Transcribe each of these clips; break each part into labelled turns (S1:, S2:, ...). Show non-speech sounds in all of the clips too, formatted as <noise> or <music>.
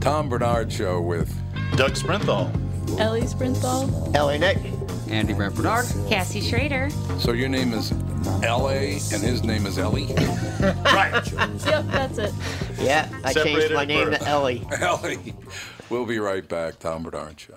S1: Tom Bernard Show with
S2: Doug Sprinthal.
S3: Ellie Sprinthal.
S4: LA Nick.
S5: Andy Brad Bernard.
S6: Cassie Schrader.
S1: so your name is L.A. and his name is Ellie.
S6: <laughs>
S2: Right.
S3: Yep, that's it.
S4: Yeah, I
S2: Separated
S4: changed my
S2: at
S4: name
S2: birth.
S4: to Ellie.
S1: <laughs> Ellie, we'll be right back. Tom Bernard Show.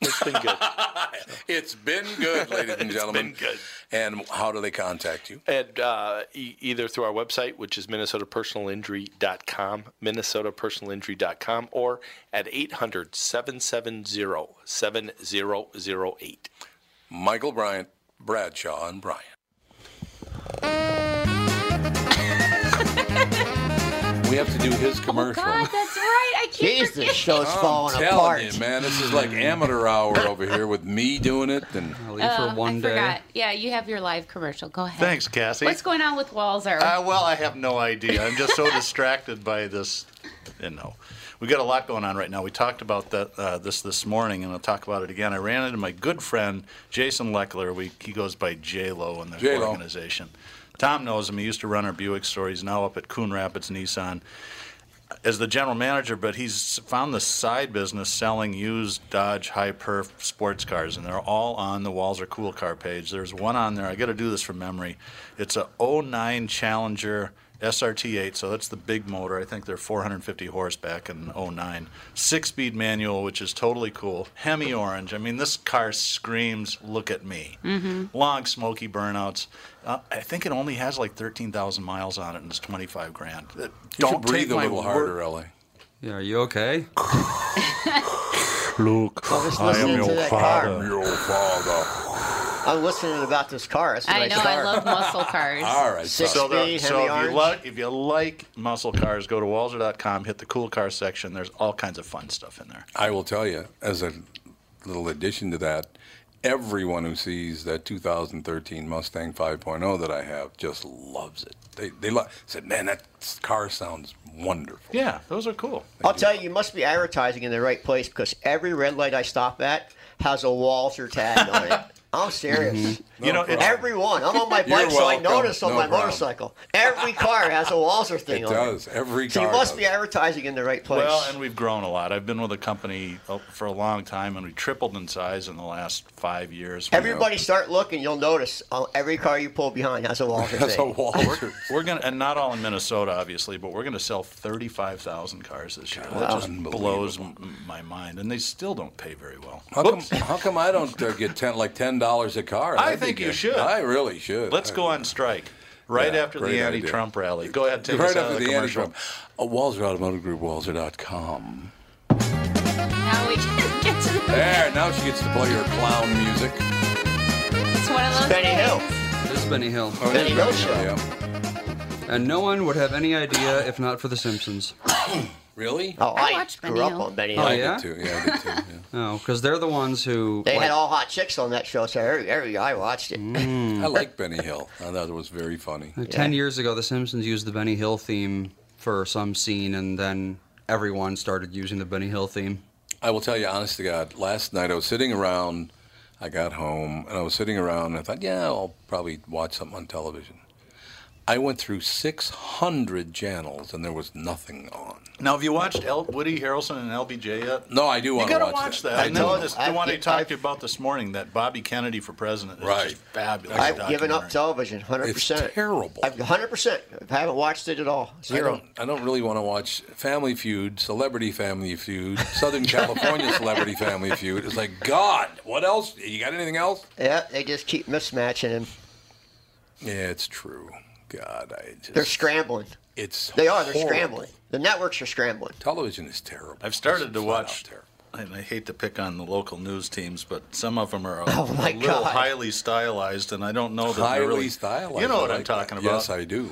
S2: It's been good.
S1: <laughs> It's been good,
S2: <laughs>
S1: ladies and gentlemen.
S2: been good.
S1: And how do they contact you?
S2: And uh, e- either through our website, which is minnesotapersonalinjury.com, minnesotapersonalinjury.com, or at 800-770-7008.
S1: Michael Bryant, Bradshaw, and Bryant. we have to do his commercial.
S6: God, Ah, that's right. I keep
S4: Jeez, this
S6: forgetting.
S4: show's falling
S1: Telling
S4: apart.
S1: you, man, this is like amateur hour over here with me doing it. And
S5: I'll leave for one
S6: Oh, I
S5: day.
S6: forgot. Yeah, you have your live commercial. Go ahead.
S7: Thanks, Cassie.
S6: What's going on with Walzer?
S7: Uh, well, I have no idea. I'm just so <laughs> distracted by this. You know, we got a lot going on right now. We talked about that uh, this this morning, and I'll talk about it again. I ran into my good friend Jason Leckler. We he goes by J Lo in the
S1: J-Lo.
S7: organization. Tom knows him. He used to run our Buick store. He's now up at Coon Rapids Nissan as the general manager, but he's found this side business selling used Dodge high perf sports cars, and they're all on the Walls or Cool Car page. There's one on there. I got to do this from memory. It's a 09 Challenger SRT8, so that's the big motor. I think they're 450 horseback in 09. Six speed manual, which is totally cool. Hemi orange. I mean, this car screams, look at me. Long smoky burnouts. Uh, I think it only has like 13,000 miles on it, and it's 25 grand. Uh,
S1: you should
S7: take
S1: breathe a
S7: my
S1: little
S7: word-
S1: harder, Ellie.
S5: Yeah, are you okay?
S7: Luke,
S4: I was listening to that car.
S1: Your father.
S4: I'm listening about this car. That's what I,
S6: I know.
S4: <laughs>
S6: I love muscle cars.
S1: All right.
S4: Six
S7: So,
S1: so-
S7: there,
S4: speed,
S7: so
S4: heavy
S7: if, you
S4: orange.
S7: like, if you like muscle cars, go to walzer.com, hit the cool car section. There's all kinds of fun stuff in there.
S1: I will tell you, as a little addition to that, everyone who sees that 2013 Mustang 5.0 that I have just loves it. They, they lo- said, man, that car sounds wonderful.
S7: Yeah, those are cool.
S4: I'll tell you, you must be advertising in the right place because every red light I stop at has a Walzer tag on
S1: <laughs>
S4: it. I'm Oh, serious.
S7: you know,
S1: problem.
S7: it's,
S4: Every one. I'm on my
S1: You're
S4: bike, so I
S1: welcome.
S4: notice on
S1: No
S4: my
S1: problem.
S4: motorcycle. Every car has a Walzer thing
S1: It
S4: on
S1: does. Every
S4: it. So
S1: car
S4: you must
S1: does.
S4: be advertising in the right place.
S7: Well, and we've grown a lot. I've been with the company uh, for a long time, and we tripled in size in the last five years. We-
S4: Everybody start looking. You'll notice uh, every car you pull behind has a Walzer
S1: That's a
S4: thing.
S1: Walzer.
S7: We're gonna, and not all in Minnesota, obviously, but we're gonna sell thirty-five thousand cars this year. That just
S1: Unbelievable.
S7: blows m- my mind, and they still don't pay very well.
S1: How come, how come I don't uh, get ten like ten dollars a car.
S7: I
S1: That'd be
S7: think you
S1: good.
S7: should.
S1: I really should.
S7: Let's go on strike right
S1: Yeah,
S7: after the
S1: great idea.
S7: anti-Trump rally. Go ahead, take us
S1: right
S7: out of
S1: after
S7: the,
S1: the, the
S7: commercial.
S1: Trump. Uh, Walzer Automotive Group, Walzer.com.
S6: Now we can <laughs> get to the
S1: There, now she gets to play her clown music.
S6: It's one of those
S4: Benny Hill.
S6: things.
S5: This Benny Hill.
S4: Benny Hill show.
S1: Yeah.
S5: And no one would have any idea if not for The Simpsons.
S1: Really?
S4: Oh,
S6: I
S4: I,
S6: watched
S4: grew
S6: Benny
S4: up
S6: Hill.
S4: on Benny
S5: Oh,
S4: Hill.
S1: I
S5: yeah?
S1: did too. Yeah, <laughs> I did too. Yeah.
S5: <laughs> No, because they're the ones who.
S4: They
S5: like-
S4: had all hot chicks on that show, so every, every guy watched it.
S1: I like Benny Hill. I thought it was very funny.
S5: Ten years ago, The Simpsons used the Benny Hill theme for some scene, and then everyone started using the Benny Hill theme.
S1: I will tell you, honest to God, last night I was sitting around. I got home and I was sitting around and I thought, yeah, I'll probably watch something on television. I went through 600 channels and there was nothing on.
S7: Now, have you watched El- Woody Harrelson and LBJ yet?
S1: No, I do
S7: You
S1: want to
S7: gotta
S1: watch,
S7: watch that.
S1: I
S7: And then
S4: don't.
S7: this, the
S4: I've-
S7: one I talked
S4: I've-
S7: to you about this morning, that Bobby Kennedy for president, is
S1: Right.
S7: just fabulous.
S4: I've given up
S7: documentary.
S4: television, hundred percent.
S1: It's terrible.
S4: I've hundred percent. I haven't watched it at all.
S1: I
S4: Zero.
S1: don't, I don't really want to watch Family Feud, Celebrity Family Feud, Southern
S4: <laughs>
S1: California Celebrity Family Feud. It's like, God, what else? You got anything else?
S4: Yeah, they just keep mismatching him.
S1: Yeah, it's true. God, I just.
S4: They're scrambling.
S1: It's
S4: They are. They're
S1: horrible.
S4: scrambling. The networks are scrambling.
S1: Television is terrible.
S7: I've started
S1: It's
S7: to
S1: flat
S7: watch,
S1: out terrible.
S7: and I hate to pick on the local news teams, but some of them are a,
S4: <laughs> Oh, my
S7: a little
S4: God.
S7: highly stylized, and I don't know that
S1: highly
S7: they're really
S1: stylized.
S7: You know what
S1: I
S7: I'm
S1: like
S7: talking
S1: that.
S7: about?
S1: Yes, I do.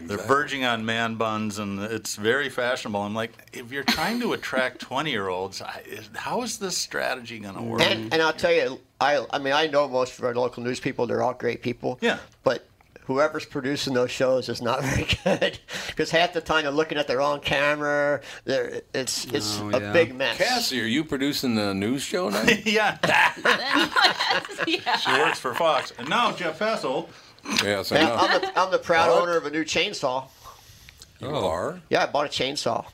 S7: They're
S1: Exactly.
S7: verging on man buns, and it's very fashionable. I'm like, if you're trying to attract 20 year olds, how is this strategy going to work?
S4: And, and I'll tell you, I I mean, I know most of our local news people. They're all great people.
S7: Yeah.
S4: But whoever's producing those shows is not <laughs> very good because half the time they're looking at their own camera. They're, it's it's
S5: Oh,
S4: a
S5: yeah.
S4: big mess.
S1: Cassie, are you producing the news
S5: <laughs>
S1: show
S4: <laughs>
S1: now?
S7: yeah. She works for Fox. And now Jeff Fessel.
S1: yes, I
S4: Yeah,
S1: know.
S4: I'm, the, I'm the proud
S1: What?
S4: owner of a new chainsaw.
S1: you are.
S4: Yeah, I bought a chainsaw.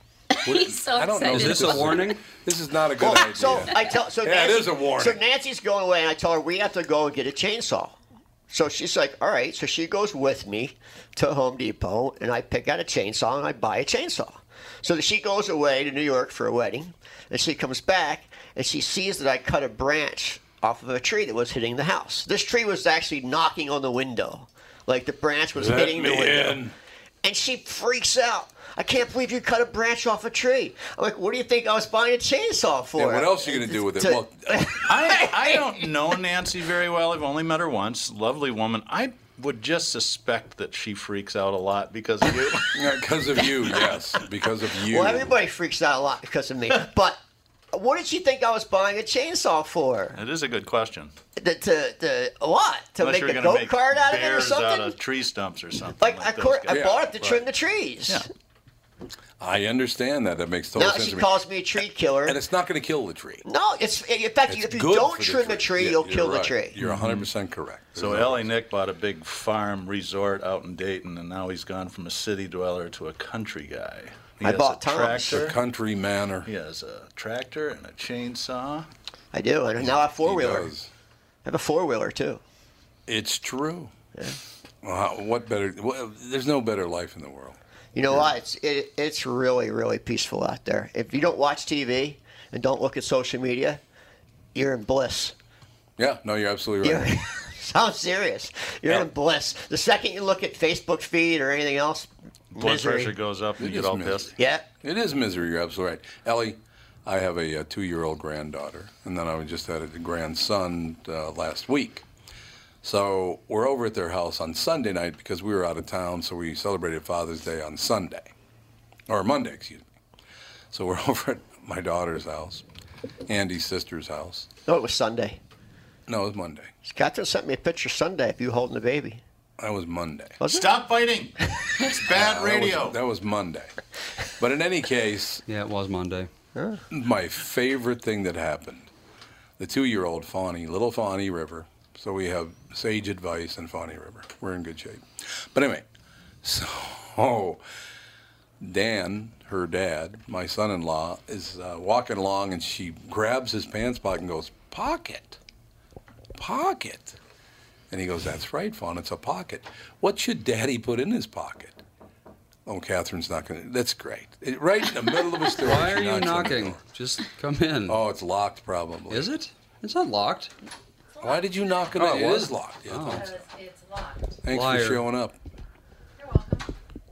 S6: He's so
S1: I don't know.
S6: excited.
S5: Is this a
S1: This is-
S5: warning?
S1: This is not a good idea.
S4: So I tell so
S1: <laughs> Yeah, it
S4: Nancy,
S1: is a warning.
S4: So Nancy's going away, and I tell her we have to go and get a chainsaw. So she's like, "All right." So she goes with me to Home Depot, and I pick out a chainsaw and I buy a chainsaw. So that she goes away to New York for a wedding, and she comes back and she sees that I cut a branch off of a tree that was hitting the house. This tree was actually knocking on the window, like the branch was
S1: Let
S4: hitting the
S1: me
S4: window
S1: in.
S4: and she freaks out. I can't believe you cut a branch off a tree. I'm like, what do you think I was buying a chainsaw for?
S1: Yeah, what else are you going to do with it?
S4: To-
S1: Well,
S7: <laughs> I, I don't know Nancy very well. I've only met her once. Lovely woman. I would just suspect that she freaks out a lot because of you.
S1: <laughs> because of you, yes, because of you.
S4: Well, everybody freaks out a lot because of
S1: <laughs>
S4: me. But what did you think I was buying a chainsaw for?
S7: it is a good question.
S4: To, to, to what? To
S7: Unless
S4: make
S7: you're
S4: a
S7: gonna
S4: go
S7: make
S4: kart out of it or
S7: bears
S4: something?
S7: out of tree stumps or something.
S4: like, I,
S7: those
S4: cour- I
S7: guys.
S1: Yeah,
S4: bought it to
S1: right.
S4: trim the trees.
S1: I understand that. That makes total
S4: Now
S1: sense
S4: she
S1: to me.
S4: calls me a tree killer.
S1: and it's not going to kill the tree.
S4: no, it's in fact,
S1: It's
S4: if you
S1: good
S4: don't
S1: for
S4: trim the tree,
S1: Yeah,
S4: you'll
S1: you're
S4: kill the
S1: right.
S4: tree.
S1: You're 100 percent correct.
S7: So
S1: There's no-
S7: Ellie Nick bought a big farm resort out in Dayton, and now he's gone from a city dweller to a country guy. He
S4: I
S7: has
S4: bought
S7: a
S4: Tom's.
S7: tractor.
S1: country manor.
S7: He has a tractor and a
S4: <laughs>
S7: chainsaw.
S4: I do, and now I have four
S1: He
S4: wheeler. I
S1: does.
S4: have a four wheeler too.
S1: It's true. Wow, what better? Well, there's no better life in the world.
S4: You know what? It's it, it's really really peaceful out there. If you don't watch TV and don't look at social media, you're in bliss.
S1: Yeah, no, you're absolutely
S4: You're,
S1: right.
S4: <laughs> I'm serious. You're
S1: Yeah.
S4: in bliss. The second you look at Facebook feed or anything else,
S7: Blood
S4: misery.
S7: pressure goes up, and
S1: It
S7: you
S1: is
S7: get all
S1: misery.
S7: pissed.
S4: Yeah.
S1: It is misery. You're absolutely right, Ellie. I have a, uh two-year-old granddaughter, and then I just had a grandson uh, last week. So we're over at their house on Sunday night because we were out of town, so we celebrated Father's Day on Sunday, or Monday, excuse me. So we're <laughs> over at my daughter's house, Andy's sister's house.
S4: No, it was Sunday.
S1: No, it was Monday.
S4: Catherine sent me a picture Sunday of you holding the baby.
S1: That was Monday.
S4: Was it?
S7: Stop fighting. It's bad
S1: That was-
S7: radio.
S1: that was Monday. But in any case,
S5: <laughs> Yeah, it was Monday.
S1: my favorite thing that happened the two year old Fawny, little Fawny River. So we have sage advice and Fawny River. We're in good shape. But <laughs> anyway, <laughs> so Oh, Dan, her dad, my son in law, is uh, walking along and she grabs his pants pocket and goes, Pocket, pocket. And he goes, That's right, Fawn, it's a pocket. What should daddy put in his pocket? Oh, Catherine's not going to. That's great. It- right in the middle
S5: <laughs>
S1: of a story.
S5: Why
S1: she
S5: are you
S1: knocks on the
S5: knocking?
S1: door.
S5: Just come in.
S1: Oh, it's locked probably.
S5: Is it? It's not locked.
S1: Why did you knock it?
S5: Oh,
S1: it
S5: it was?
S1: is locked. Yeah,
S5: Oh.
S1: thanks.
S6: It's locked.
S1: Thanks
S5: Liar.
S1: for showing up.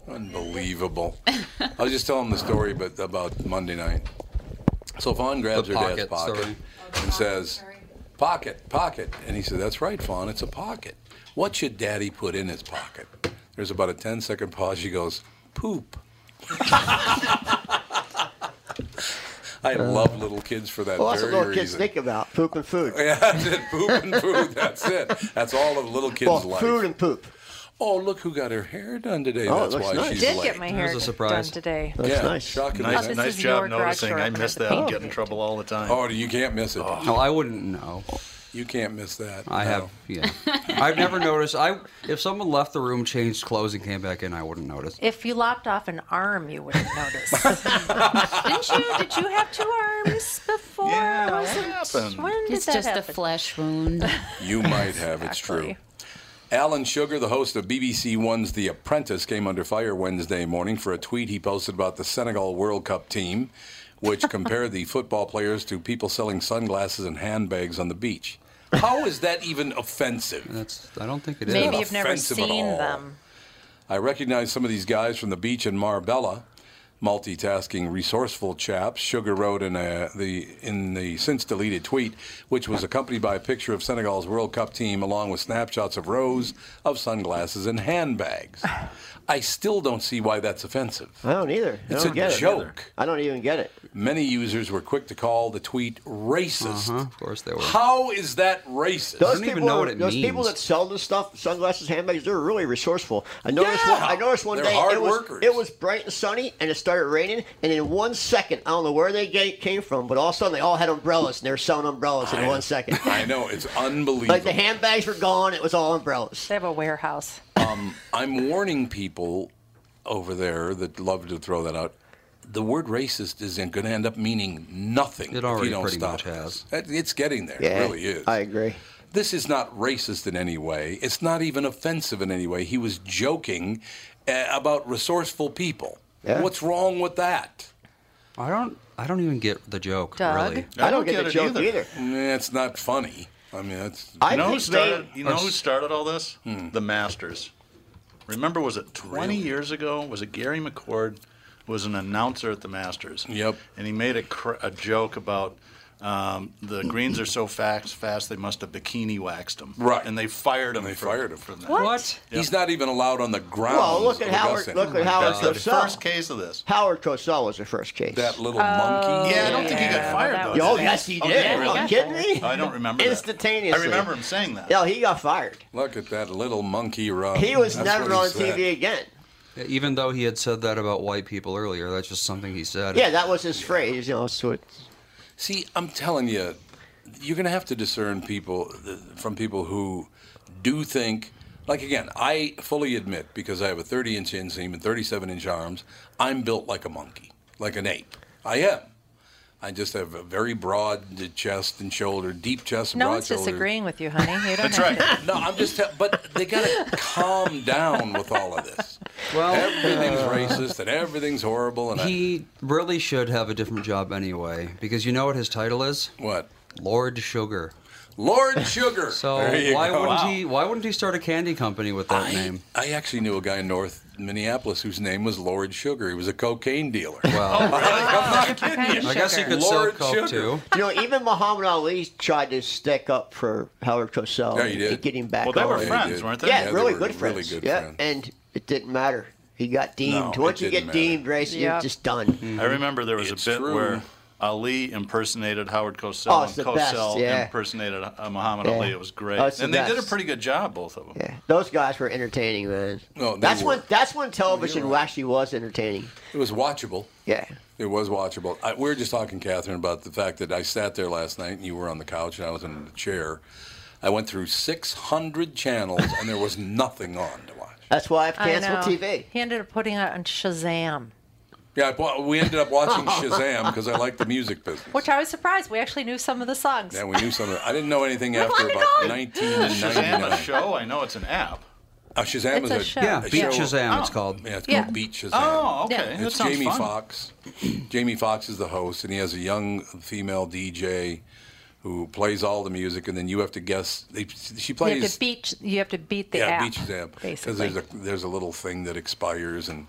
S1: Unbelievable. I was just telling the story but about Monday night. So Fawn grabs
S5: The
S1: her dad's
S5: pocket
S1: pocket
S5: story.
S1: and says, Pocket, pocket. And he said, That's right, Fawn, it's a pocket. What should daddy put in his pocket? There's about a 10 second pause. She goes, Poop. <laughs> I love little kids for that
S4: Well, that's what
S1: very
S4: little kids
S1: reason.
S4: think about poop and food.
S1: <laughs> Yeah, that's it. Poop and food. That's it. That's all of little kids'
S4: well,
S1: life.
S4: food and poop.
S1: Oh, look who got her hair done today.
S4: Oh, it
S1: That's
S4: looks
S1: why
S4: nice.
S1: she's
S4: Did
S8: Did
S1: late.
S8: get my hair
S5: was a
S8: done
S5: surprise.
S8: today.
S4: That's
S1: yeah,
S4: nice.
S1: Shocking.
S7: Nice,
S8: this
S7: nice
S8: is your
S7: job
S8: garage
S7: noticing.
S8: door
S7: I
S8: opener
S7: miss
S8: at the
S7: that. I get
S8: beginning.
S7: in trouble all the time.
S1: Oh, you can't miss it.
S5: No, I wouldn't know.
S1: You can't miss that.
S5: I
S1: No.
S5: have, yeah. I've never noticed. I if someone left the room, changed clothes, and came back in, I wouldn't notice.
S8: <laughs> If you lopped off an arm, you wouldn't notice. <laughs> Didn't you? Did you have two arms before?
S7: Yeah, what
S8: Wasn't-
S7: happened?
S8: When did
S6: It's
S8: that
S6: just
S8: happen?
S6: a flesh wound.
S8: <laughs>
S1: You might have. It's true.
S8: Exactly.
S1: Alan Sugar, the host of BBC One's The Apprentice, came under fire Wednesday morning for a tweet he posted about the Senegal World Cup team,
S8: <laughs>
S1: which compared the football players to people selling sunglasses and handbags on the beach. How is that even offensive?
S5: That's. I don't think it is.
S8: Maybe
S1: not
S8: you've never
S1: offensive at all.
S8: seen them.
S1: I recognize some of these guys from the beach in Marbella. Multitasking, resourceful chaps. Sugar wrote in a, the in the since deleted tweet, which was accompanied by a picture of Senegal's World Cup team, along with snapshots of rows of sunglasses and handbags. I still don't see why that's offensive.
S4: I don't either. I
S1: It's
S4: don't
S1: a
S4: get
S1: joke.
S4: It. I don't even get it.
S1: Many users were quick to call the tweet racist.
S5: Huh?
S4: Uh-huh.
S5: Of course they were.
S1: How is that racist?
S4: Those
S5: don't even
S4: people,
S5: know
S4: are-
S5: what it
S4: those people
S5: means.
S4: that sell this stuff, sunglasses, handbags, they're really resourceful. I noticed one,
S1: Yeah.
S4: I noticed one
S1: They're
S4: day
S1: hard
S4: it was,
S1: workers.
S4: it was bright and sunny and it started raining and in one second, I don't know where they ga- came from, but all of a sudden they all had umbrellas and they were selling umbrellas in one second.
S1: I know it's unbelievable.
S4: <laughs> like the handbags were gone, it was all umbrellas.
S8: They have a warehouse.
S1: Um, I'm warning people over there that love to throw that out. The word racist isn't going to end up meaning nothing
S5: It already
S1: if you don't
S5: pretty
S1: stop.
S5: much
S1: it.
S5: has.
S1: It- It's getting there. it
S4: Yeah,
S1: really is.
S4: I agree.
S1: This is not racist in any way. It's not even offensive in any way. He was joking uh, about resourceful people.
S4: Yeah.
S1: What's wrong with that?
S5: I don't. I don't even get the joke.
S8: Doug?
S5: Really.
S4: I don't, get, the joke either.
S1: Eh, It's not funny. I mean, that's. Hmm.
S4: I
S7: You know, who
S4: think they,
S7: started, you know who started all this? The Masters. Remember, was it 20 years ago? Was it Gary McCord was an announcer at the Masters?
S1: Yep.
S7: And he made a, cr- a joke about um, the greens are so fast, fast they must have bikini waxed them.
S1: Right.
S7: And they fired him.
S1: They
S7: for,
S1: fired him.
S7: for that.
S5: What?
S1: He's not even allowed on the ground.
S4: well, look at Howard. Look at Howard
S7: That's Oh the first
S4: Cosell.
S7: case of this.
S4: Howard Cosell was the first case.
S1: that little monkey.
S7: Yeah, I don't think he got fired
S8: Oh, that
S7: though.
S8: was-
S7: did
S4: oh
S7: he?
S4: yes, he
S7: Oh,
S4: did.
S7: he
S4: Are you
S7: really?
S4: kidding me?
S7: I don't remember. that.
S4: Instantaneously.
S7: I remember him saying that.
S4: No, he got fired.
S1: Look at that little monkey run.
S4: He was
S1: Um, That's
S4: never
S1: what
S4: on
S1: he said.
S4: TV again.
S5: Even though he had said that about white people earlier, that's just something he said.
S4: Yeah, that was his phrase. You know, so it,
S1: See, I'm telling you, you're going to have to discern people from people who do think. Like again, I fully admit because I have a 30 inch inseam and 37 inch arms, I'm built like a monkey, like an ape. I am. I just have a very broad chest and shoulder, deep chest and
S8: No
S1: broad
S8: one's
S1: shoulder.
S8: disagreeing with you, honey.
S1: <laughs>
S8: You don't
S7: That's
S8: have
S7: right.
S8: to-
S1: No, I'm just. Te- but they got to calm down with all of this.
S5: Well,
S1: Everything's
S8: uh,
S1: racist and everything's horrible and I-
S5: he really should have a different job anyway, because you know what his title is?
S1: what?
S5: Lord Sugar.
S1: Lord Sugar.
S5: So
S1: There you
S5: why
S1: go.
S5: wouldn't he? Why wouldn't he start a candy company with that name?
S1: I actually knew a guy in North Minneapolis whose name was Lord Sugar. He was a cocaine dealer. <laughs>
S5: Well,
S1: I'm not kidding you.
S5: I guess he could
S1: Lord
S5: sell coke
S1: Sugar.
S5: too.
S4: you know, even Muhammad Ali tried to stick up for Howard Cosell.
S1: Yeah, he
S4: and
S1: did.
S4: Get him back.
S7: Well, they
S4: on.
S7: were
S1: he
S7: friends,
S1: did.
S7: weren't they?
S4: Yeah,
S1: they
S4: really
S1: were
S4: good friends.
S1: really good
S4: yeah,
S1: friends.
S4: and it didn't matter. He got deemed.
S1: No,
S4: Once
S1: it
S4: you get
S1: didn't Mm-hmm.
S4: deemed racist,
S8: Yeah.
S4: you're just done.
S7: I remember there was
S1: It's
S7: a bit
S1: true.
S7: where Ali impersonated Howard Cosell
S4: Oh, it's
S7: and
S4: the best,
S7: Cosell
S4: yeah.
S7: impersonated uh, Muhammad
S4: Yeah.
S7: Ali. It was great.
S4: Oh, it's the
S7: and they did a
S4: best.
S7: pretty good job, both of them.
S4: Yeah, those guys were entertaining, man.
S1: No, they
S4: that's
S1: were.
S4: when that's when television
S1: right.
S4: actually was entertaining.
S1: It was watchable.
S4: Yeah.
S1: It was watchable. I, we were just talking, Catherine, about the fact that I sat there last night and you were on the couch and I was in the chair. I went through 600 channels and there was
S5: <laughs>
S1: nothing on to watch.
S4: That's why I've
S8: <laughs> I
S4: canceled
S8: know.
S4: TV.
S8: He ended up putting it on Shazam,
S1: Yeah, I bought- we ended up
S4: <laughs>
S1: watching Shazam because I like the music business.
S8: which I was surprised. We actually knew some of the songs.
S1: Yeah, we knew something. I didn't know
S8: <laughs>
S1: anything
S8: We're
S1: after
S8: on and
S1: about
S8: on.
S7: Shazam, a
S1: 1999.
S7: show. I know it's an app.
S1: Uh, Shazam
S8: It's
S1: is
S8: a
S1: a,
S8: show.
S5: Yeah,
S1: a
S5: Beat
S1: show-
S5: Shazam. It's
S7: Oh.
S5: called.
S1: Yeah, it's
S8: Yeah.
S1: called Beat Shazam.
S7: Oh, okay.
S8: Yeah.
S7: That
S1: it's
S7: sounds
S1: Jamie
S7: fun.
S1: <clears throat> Foxx. Jamie Foxx is the host, and he has a young female DJ who plays all the music, and then you have to guess. They, she plays.
S8: you have to beat. You have to beat the
S1: yeah,
S8: app.
S1: Beach Zap. Because
S8: Basically.
S1: there's a there's a little thing that expires, and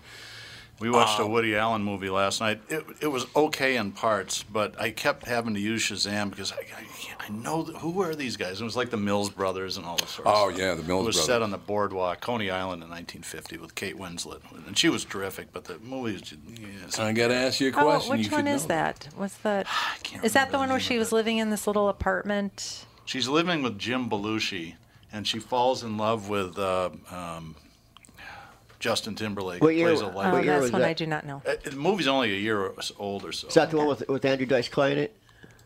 S7: We watched a
S1: Um,
S7: Woody Allen movie last night. It, it was okay in parts, but I kept having to use Shazam because I, I, I know th- who are these guys. It was like the Mills Brothers and all this sort of
S1: Oh,
S7: stuff.
S1: yeah, the Mills
S7: It was set
S1: Brothers.
S7: on the boardwalk, Coney Island in 1950 with Kate Winslet, and she was terrific. But the movie was just, yes.
S1: I got to ask you a
S8: Oh,
S1: question.
S8: which
S1: you
S8: one
S1: should
S8: is
S1: know.
S8: that? What's
S1: <sighs>
S8: that? Is that the one where she was living in this little apartment?
S7: She's living with Jim Belushi, and she falls in love with uh, um, Justin Timberlake.
S4: What
S7: who
S4: year-
S7: plays a
S4: what
S7: life.
S8: Oh,
S4: year
S8: that's
S4: was
S8: one I
S4: that?
S8: do not know.
S7: Uh, The movie's only a year old or so.
S4: Is that the one with, with Andrew Dice Clay in it?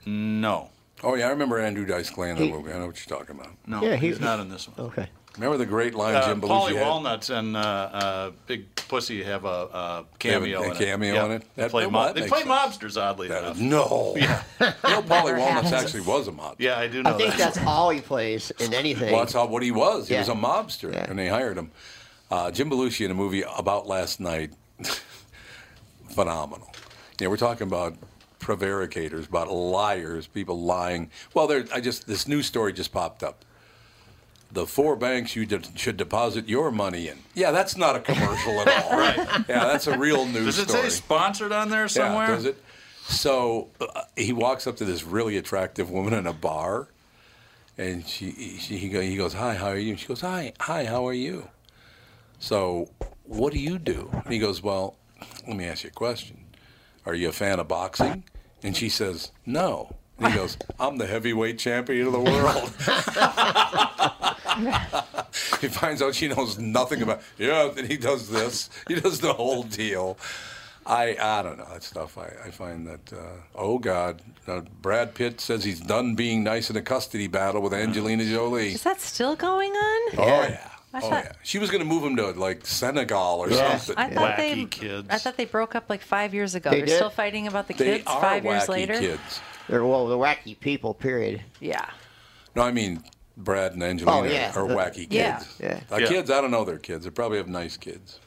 S7: No.
S1: Oh yeah, I remember Andrew Dice Clay in that
S4: He-
S1: movie. I know what you're talking about.
S7: No,
S4: Yeah, he-
S7: he's not in this one.
S4: Okay.
S1: Remember the great line
S7: Uh,
S1: Jim Belushi
S7: Paulie
S1: had?
S7: Walnuts and uh, uh, Big Pussy have a, a
S1: They have a-
S7: cameo.
S1: a
S7: in
S1: cameo
S7: it. Yeah.
S1: in it?
S7: They
S1: That-
S7: play,
S1: that
S7: mo-
S1: might
S7: they
S1: make
S7: play
S1: sense.
S7: mobsters, oddly enough. <laughs>
S1: No. Yeah. no, Polly Walnuts actually was a mobster.
S7: Yeah, I do know
S4: I think
S7: that.
S4: that's all he plays in anything.
S1: Well, that's how, what he was. He
S4: Yeah.
S1: was a mobster,
S4: Yeah.
S1: and they hired him. Uh, Jim Belushi in a movie about last night, <laughs> phenomenal. Yeah, we're talking about prevaricators, about liars, people lying. Well, there, I just this news story just popped up. The four banks you de- should deposit your money in. Yeah, that's not a commercial at all.
S7: <laughs> Right.
S1: Yeah, that's a real news
S7: Does it
S1: story.
S7: say sponsored on there somewhere?
S1: Yeah, does it? So uh, he walks up to this really attractive woman in a bar, and she, she he, go, he goes, "Hi, how are you?" And she goes, "Hi, hi, how are you?" So, what do you do? And he goes, "Well, let me ask you a question. Are you a fan of boxing?" And she says, "No." And he goes, "I'm the heavyweight champion of the world." <laughs> he finds out she knows nothing about. Yeah, then he does this. He does the whole deal. I I don't know that stuff. I, I find that uh, oh god, uh, Brad Pitt says he's done being nice in a custody battle with Angelina Jolie.
S8: Is that still going on?
S1: Oh yeah,
S8: I
S1: oh
S8: thought-
S1: yeah. She was going to move him to like Senegal or
S4: Yeah.
S1: something.
S8: I thought they.
S7: Wacky kids.
S8: I thought they broke up like five years ago.
S4: They
S8: are
S4: did?
S8: still fighting about the
S1: they
S8: kids
S1: are
S8: five
S1: wacky
S8: years later.
S1: kids.
S4: They're, well, the wacky people, period.
S8: Yeah.
S1: No, I mean Brad and Angelina
S4: Oh, yeah.
S1: are wacky
S8: Yeah.
S1: kids.
S4: Yeah.
S1: Uh,
S7: Yeah.
S1: Kids, I don't know their kids. They probably have nice kids.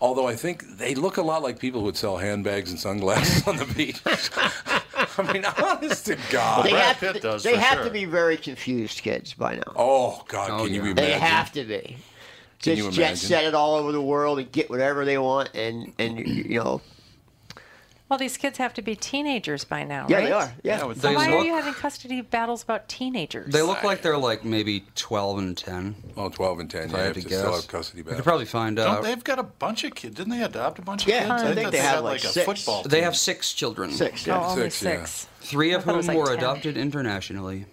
S1: Although I think they look a lot like people who would sell handbags and sunglasses <laughs> on the beach. I mean, honest to God.
S4: They
S7: Brad
S4: have,
S7: Pitt
S4: to,
S7: does
S4: they
S7: for
S4: have
S7: sure.
S4: to be very confused kids by now.
S1: Oh God,
S5: Oh,
S1: can you
S5: yeah.
S1: imagine?
S4: they have to be.
S1: Can you
S4: Just jet
S1: imagine?
S4: set it all over the world and get whatever they want, and and you know,
S8: Well, these kids have to be teenagers by now,
S4: yeah,
S8: right?
S4: they are. Yeah,
S7: I would
S8: So
S7: think
S8: why
S7: so.
S8: are you having custody battles about teenagers?
S5: <laughs> They look like they're like maybe 12 and 10.
S1: Oh, 12 and 10.
S5: if
S1: You
S5: I had
S1: have
S5: to
S1: to
S5: guess.
S1: still have custody
S5: I
S1: back.
S5: could probably find
S7: Don't
S5: out.
S7: they've got a bunch of kids? Didn't they adopt a bunch of
S4: uh, Yeah,
S7: kids?
S4: I think they
S7: had
S4: have, like,
S7: a
S4: six.
S7: football.
S5: They
S7: team.
S5: have six children,
S4: six.
S8: Oh,
S4: Yeah.
S8: only
S1: six, yeah.
S8: six.
S5: three of
S8: I thought it
S5: whom
S8: was like
S5: were
S8: 10.
S5: adopted internationally.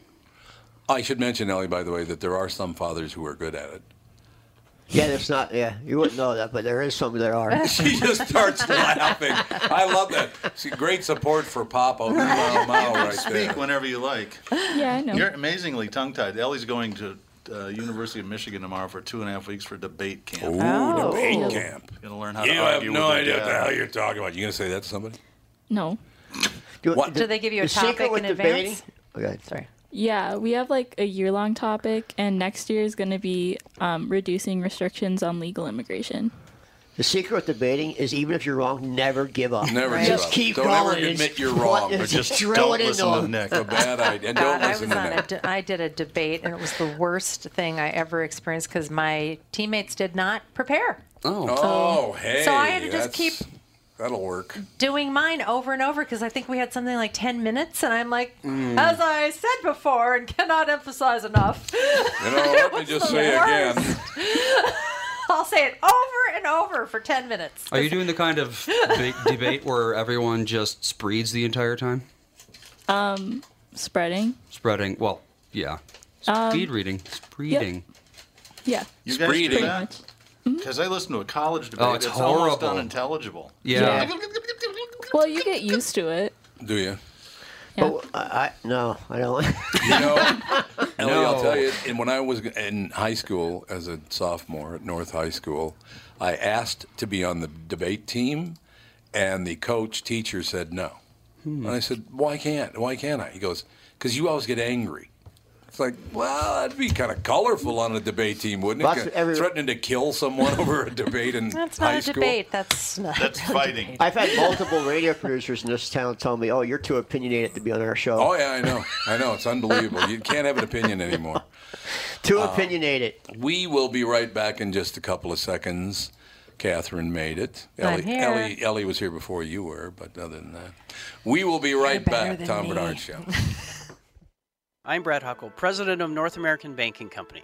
S1: I should mention, Ellie, by the way, that there are some fathers who are good at it.
S4: yeah, it's not. Yeah, you wouldn't know that, but there is some that
S1: <laughs>
S4: are.
S1: She just <laughs>
S4: <laughs>
S1: starts laughing. I love that. See, great support for Papa Mau Mau right there.
S7: Speak whenever you like.
S3: Yeah, I know.
S7: You're amazingly tongue-tied. Ellie's going to uh, University of Michigan tomorrow for two and a half weeks for debate camp.
S1: Ooh,
S8: Oh.
S1: debate camp.
S7: Gonna learn how
S1: You
S7: to
S1: have
S7: argue
S1: no
S7: with
S1: idea
S7: your
S1: what the
S7: dad.
S1: hell you're talking about. You going to say that to somebody?
S3: No.
S4: Do,
S1: What-
S8: Do they give you a
S4: the secret
S8: topic
S4: with
S8: in
S4: debating-
S8: advance?
S4: Okay.
S8: Sorry.
S3: Yeah, we have like a year long topic, and next year is going to be um, reducing restrictions on legal immigration.
S4: The secret with debating is even if you're wrong, never give up.
S1: Never
S8: Right.
S1: give
S4: Just
S1: up.
S4: keep
S1: don't
S4: going.
S1: ever admit
S4: It's-
S1: you're wrong.
S4: what
S7: Or
S4: is-
S1: It's
S7: just
S4: Just drill
S7: don't
S4: it into
S7: listen to
S4: them.
S7: Nick.
S1: a bad idea. And
S8: God,
S1: don't
S8: I was
S1: listen to
S8: on a,
S1: that.
S8: de- I did a debate, and it was the worst thing I ever experienced because my teammates did not prepare.
S5: Oh.
S1: Oh, hey.
S8: So I had to just
S1: that's- That'll work.
S8: Doing mine over and over because I think we had something like 10 minutes, and I'm like,
S1: Mm.
S8: as I said before and cannot emphasize enough, <laughs>
S1: You know, let me just
S8: the
S1: say
S8: worst.
S1: again.
S8: I'll say it over and over for 10 minutes.
S5: Are you doing the kind of
S8: <laughs>
S5: big debate where everyone just spreads the entire time?
S3: Um, Spreading?
S5: Spreading. Well, yeah.
S8: Um,
S5: Speed reading. Spreading.
S3: Yeah.
S7: You guys
S1: Spreading.
S7: do that? Because I listened to a college debate.
S5: Oh, it's
S7: almost
S5: horrible.
S7: unintelligible.
S5: Yeah.
S4: Yeah.
S3: Well, you get used to it.
S1: Do you?
S4: Oh, I, I, no, I don't.
S1: You know, <laughs> Ellie, I'll
S5: No.
S1: tell you. And when I was in high school as a sophomore at North High School, I asked to be on the debate team, and the coach teacher
S4: Hmm.
S1: said no. And I said, "Why can't? Why can't I?" He goes, "Because you always get angry." It's like, well, that'd be kind of colorful on a debate team, wouldn't
S4: Lots
S1: it?
S4: of every-
S1: Threatening to kill someone <laughs> over a debate in
S8: That's
S1: high
S8: not a
S1: school.
S8: debate. That's not.
S7: That's fighting.
S4: <laughs> I've had multiple radio producers in this town tell me, "Oh, you're too opinionated to be on our show.
S1: Oh yeah, I know. I know. It's unbelievable. You can't have an opinion anymore. Uh,
S4: Too opinionated."
S1: We will be right back in just a couple of seconds. Catherine made it.
S8: I'm
S1: Ellie,
S8: here.
S1: Ellie, Ellie was here before you were, but other than that, we will be right
S8: better
S1: back.
S8: than
S1: Tom
S8: me.
S1: Bernard <laughs> Show.
S9: I'm Brad Huckle, president of North American Banking Company.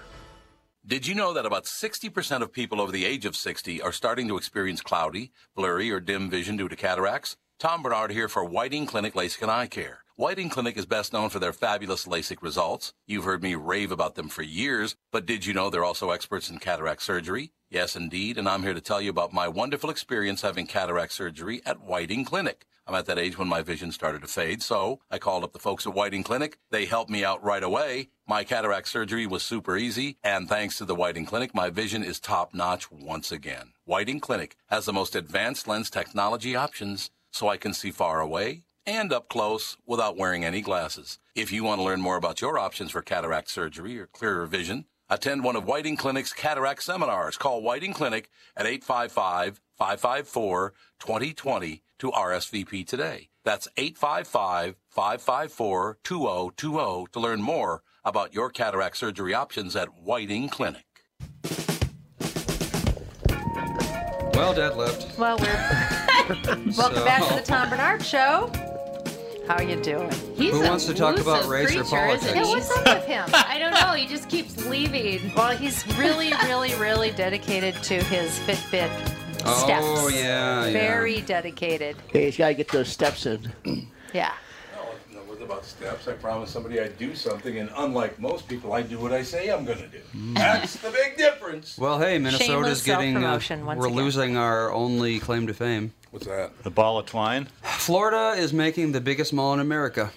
S1: Did you know that about 60% of people over the age of 60 are starting to experience cloudy, blurry, or dim vision due to cataracts? Tom Bernard here for Whiting Clinic LASIK and Eye Care. Whiting Clinic is best known for their fabulous LASIK results. You've heard me rave about them for years, but did you know they're also experts in cataract surgery? Yes, indeed, and I'm here to tell you about my wonderful experience having cataract surgery at Whiting Clinic. I'm at that age when my vision started to fade, so I called up the folks at Whiting Clinic. They helped me out right away. My cataract surgery was super easy, and thanks to the Whiting Clinic, my vision is top notch once again. Whiting Clinic has the most advanced lens technology options, so I can see far away and up close without wearing any glasses. If you want to learn more about your options for cataract surgery or clearer vision, attend one of Whiting Clinic's cataract seminars. Call Whiting Clinic at 855 554 2020 to RSVP today. That's 855 554 2020 to learn more about your cataract surgery options at Whiting Clinic.
S5: Well, deadlift.
S8: <laughs> Well, we're
S4: <laughs>
S8: welcome back to the Tom Bernard Show. How are you doing?
S6: He's
S5: Who
S6: a
S5: wants to talk
S6: elusive
S5: about race or
S6: creature, isn't
S8: Yeah,
S5: politics?
S6: he?
S8: what's up with him?
S6: I don't know. He just keeps leaving.
S8: Well, he's really, really, really dedicated to his Fitbit steps.
S5: Oh, yeah, yeah.
S8: Very dedicated.
S4: Hey, he's got to get those steps in.
S5: Mm,
S8: Yeah.
S1: It wasn't about steps. I promised somebody I'd do something, and unlike most people, I do what I say I'm going to do.
S4: Mm.
S1: That's the big difference.
S5: Well, hey, Minnesota's
S8: Shameless
S5: getting. Uh,
S8: self-promotion once
S5: we're
S8: again.
S5: losing our only claim to fame.
S1: What's that?
S7: The ball of twine.
S5: Florida is making the biggest mall in America.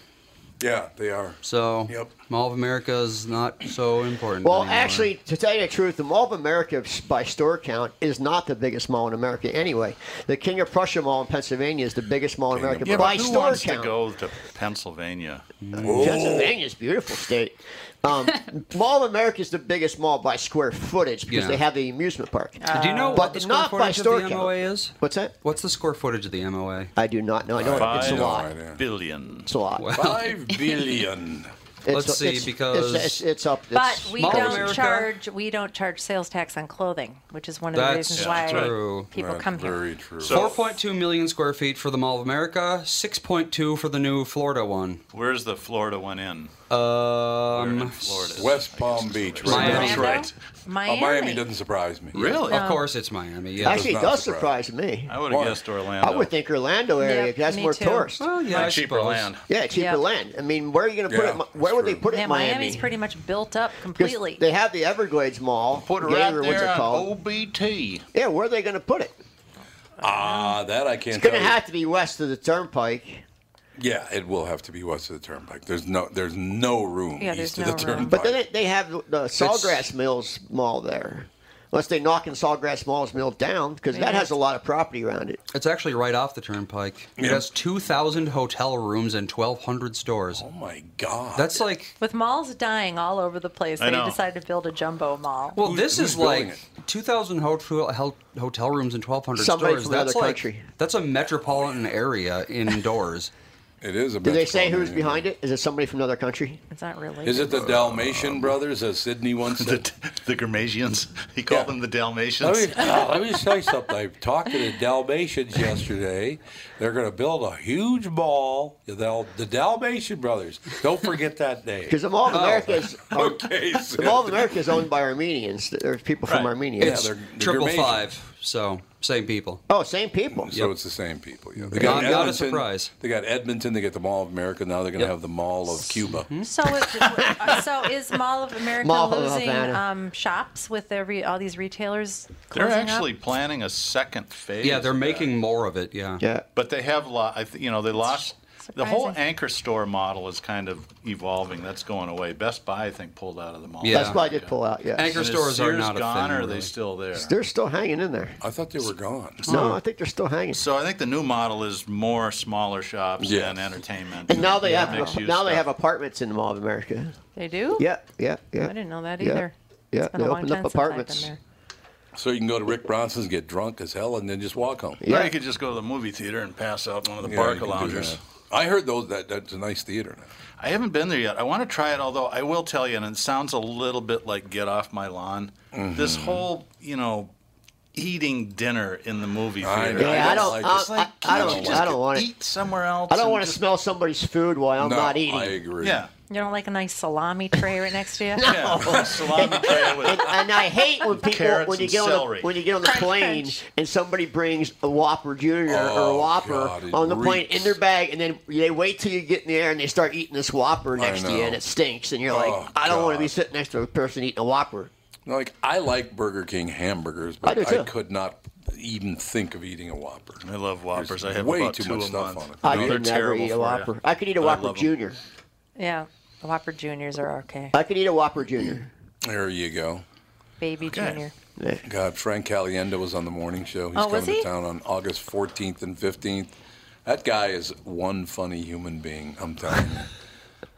S1: Yeah, they are.
S5: So,
S1: Yep.
S5: Mall of America is not so important.
S4: Well,
S5: anymore.
S4: actually, to tell you the truth, the Mall of America by store count is not the biggest mall in America anyway. The King of Prussia Mall in Pennsylvania is the biggest mall in
S1: King of
S4: America
S7: Yeah,
S4: by
S7: but who
S4: store
S7: wants
S4: count.
S7: to go to Pennsylvania?
S4: Pennsylvania's a beautiful state.
S8: <laughs>
S4: Um, mall of America is the biggest mall by square footage because
S5: Yeah.
S4: they have the amusement park.
S8: Uh,
S5: do you know
S4: but
S5: what the square
S4: not by
S5: footage of
S4: store
S5: the
S4: count.
S5: MOA is?
S4: What's that?
S5: What's the square footage of the MOA?
S4: I do not know. I know
S7: Five
S4: it's a lot.
S7: billion.
S4: It's a lot.
S5: <laughs>
S1: Five billion.
S4: It's-
S5: Let's see,
S4: it's-
S5: because-
S4: it's, it's, it's up.
S8: But
S4: it's-
S8: we
S5: Mall of
S8: don't
S5: America.
S8: charge we don't charge sales tax on clothing, which is one of the
S5: That's
S8: reasons
S5: Yeah,
S8: why
S5: true.
S8: people
S1: That's
S8: come here.
S1: very true.
S7: So-
S5: 4.2 million square feet for the Mall of America, 6.2 for the new Florida one.
S7: Where's the Florida one in? Where in
S5: Um,
S7: Florida.
S1: West Palm
S7: I guess is
S1: Beach,
S7: the
S5: right?
S7: That's
S8: Orlando?
S7: right.
S8: Miami.
S1: Oh, Miami doesn't surprise me.
S7: Really?
S5: of course it's Miami. Yeah.
S4: actually, it
S1: not
S4: does
S1: surprise.
S4: surprise me.
S7: I would have
S1: Why?
S7: guessed Orlando.
S4: I would think Orlando area.
S8: Yeah,
S4: 'cause that's
S8: me
S4: more
S8: too.
S4: tourists.
S5: well,
S7: And
S5: yeah, I
S7: cheaper
S5: suppose.
S7: land.
S4: Yeah, cheaper
S8: Yeah.
S4: land. I mean, where are you going to put
S1: Yeah,
S4: it? Where
S1: that's
S4: would they
S1: true.
S4: put it?
S8: Yeah,
S4: in Miami?
S8: Miami's pretty much built up
S4: 'Cause
S8: completely.
S4: They have the Everglades Mall.
S7: Put it
S4: Gator,
S7: right
S4: what's
S7: there
S4: it
S7: on
S4: called?
S7: OBT.
S4: Yeah, where are they going to put it?
S1: Ah, that I can't
S4: It's going
S1: tell
S4: to
S1: you.
S4: have to be west of the Turnpike.
S1: Yeah, it will have to be west of the turnpike. There's no, there's no room
S8: Yeah,
S1: east of
S8: there's no uh,
S1: the
S8: room.
S1: turnpike.
S4: But then it- they have the- the Sawgrass Mills Mall there. Unless they knock in Sawgrass Mills Mill down, because that
S8: Yeah.
S4: has a lot of property around it.
S5: It's actually right off the turnpike. It
S1: Yeah.
S5: has 2,000 hotel rooms and 1,200 stores.
S1: oh my God.
S5: That's like,
S8: With malls dying all over the place,
S7: I
S8: they
S7: know.
S8: decided to build a jumbo mall.
S5: well,
S1: Who's-
S5: this
S1: who's
S5: is
S1: building
S5: like 2,000 hotel, hel- hotel rooms and 1,200
S4: Somebody
S5: stores.
S4: from
S5: that's
S4: another
S5: like,
S4: country.
S5: that's a metropolitan area indoors.
S1: it is a.
S4: Do they say who's behind it? Is it somebody from another country?
S8: it's not
S4: <laughs>
S8: really.
S1: Is it the Dalmatian brothers, as Sydney once
S7: The,
S1: said?
S7: the Grimasians. He called
S1: Yeah.
S7: them the Dalmatians.
S1: Let me, uh, let me tell you something. I talked to the Dalmatians yesterday. They're going to build a huge mall. The, Dal- the Dalmatian brothers. Don't forget that
S4: <laughs>
S1: name. Oh.
S4: Because the Mall of America is
S1: <laughs> Okay.
S4: the Mall of America is owned by Armenians. There's people from
S7: Right.
S4: Armenia.
S1: Yeah,
S5: It's
S1: they're- they're
S5: triple
S1: Grimasian.
S5: five. So same people.
S4: Oh, same people.
S1: So it's the same people. Yeah. They got
S5: Not- not a
S1: Edmonton,
S5: surprise.
S1: They got Edmonton. They got the Mall of America. Now they're going to have the Mall of Cuba.
S8: So, is, Uh, so is Mall of America
S1: Mall of
S8: losing
S1: Havana.
S8: um, shops with every all these retailers
S7: They're
S8: closing
S7: actually
S8: up?
S7: planning a second phase.
S5: Yeah, they're
S7: of that.
S5: making more of it. Yeah.
S4: Yeah.
S7: But they have, lo- I th- you know, they lost. The whole
S4: surprising.
S7: anchor store model is kind of evolving. That's going away. Best Buy, I think, pulled out of the mall.
S4: Yeah. Best Buy did pull out, yes. Anchor
S7: And is
S4: stores are
S7: Sears
S4: not a
S7: gone,
S4: thing,
S7: or are
S4: really.
S7: they still there?
S4: They're still hanging in there.
S1: I thought they were gone.
S4: No, I think they're still hanging.
S7: So I think the new model is more smaller shops
S1: Yes.
S7: and entertainment.
S4: And now they
S7: Yeah.
S4: have
S7: Mixed-use
S4: now they
S7: stuff.
S4: have apartments in the Mall of America.
S8: They do?
S4: Yeah, yeah, yeah.
S8: I didn't know that
S4: Yeah.
S8: either.
S4: Yeah,
S8: It's been
S4: they
S8: a long
S4: opened up
S8: time since I've been
S4: apartments.
S8: there.
S1: So you can go to Rick Bronson's, get drunk as hell, and then just walk home.
S7: Or you could just go to the movie theater and pass out in one of the
S1: Yeah,
S7: barca
S1: you can do
S7: loungers.
S1: that. I heard those. That that's a nice theater. Now.
S7: I haven't been there yet. I want to try it, although I will tell you, and it sounds a little bit like get off my lawn. This whole, you know, eating dinner in the movie
S4: I
S7: theater.
S4: know. Yeah, I don't- uh, I-
S7: It's like,
S4: I- I
S7: can't
S4: don't-
S7: you just
S4: I don't want it.
S7: eat somewhere else.
S4: I don't
S7: and
S4: want to
S7: just-
S4: smell somebody's food while I'm
S7: No,
S4: not eating.
S7: I agree. Yeah.
S8: You don't like a nice salami tray right next to you?
S7: <laughs> Yeah,
S4: <laughs>
S7: salami tray with
S4: And, and I hate
S7: <laughs>
S4: when people
S7: Carrots
S4: when you
S7: and
S4: get on
S7: celery.
S4: the, when you get on the plane and somebody brings a Whopper Junior or
S7: Oh,
S4: a Whopper
S7: God, it
S4: on the plane
S7: reeks.
S4: in their bag, and then they wait till you get in the air and they start eating this Whopper next to you,
S1: know.
S4: and it stinks, and you're
S1: Oh,
S4: like, I don't want to be sitting next to a person eating a Whopper.
S1: No, like I like Burger King hamburgers, but
S4: I do,
S1: I,
S4: too.
S1: could not even think of eating a Whopper.
S7: I love Whoppers. I have
S1: way
S7: about
S1: too
S7: two
S1: much
S7: a
S1: stuff
S7: month.
S1: on it.
S4: I could never eat a Whopper. I could eat a
S1: I
S4: Whopper
S1: love 'em.
S4: Junior.
S8: Yeah. The Whopper Juniors are okay.
S4: I could eat a
S1: <laughs>
S4: Whopper Junior.
S1: There you go.
S8: Baby
S4: Okay.
S8: Junior.
S1: God, Frank Caliendo was on the morning show. He's
S8: Oh,
S1: coming
S8: was
S1: to
S8: he?
S1: town on August 14th and 15th. That guy is one funny human being. I'm telling
S4: <laughs>
S1: you.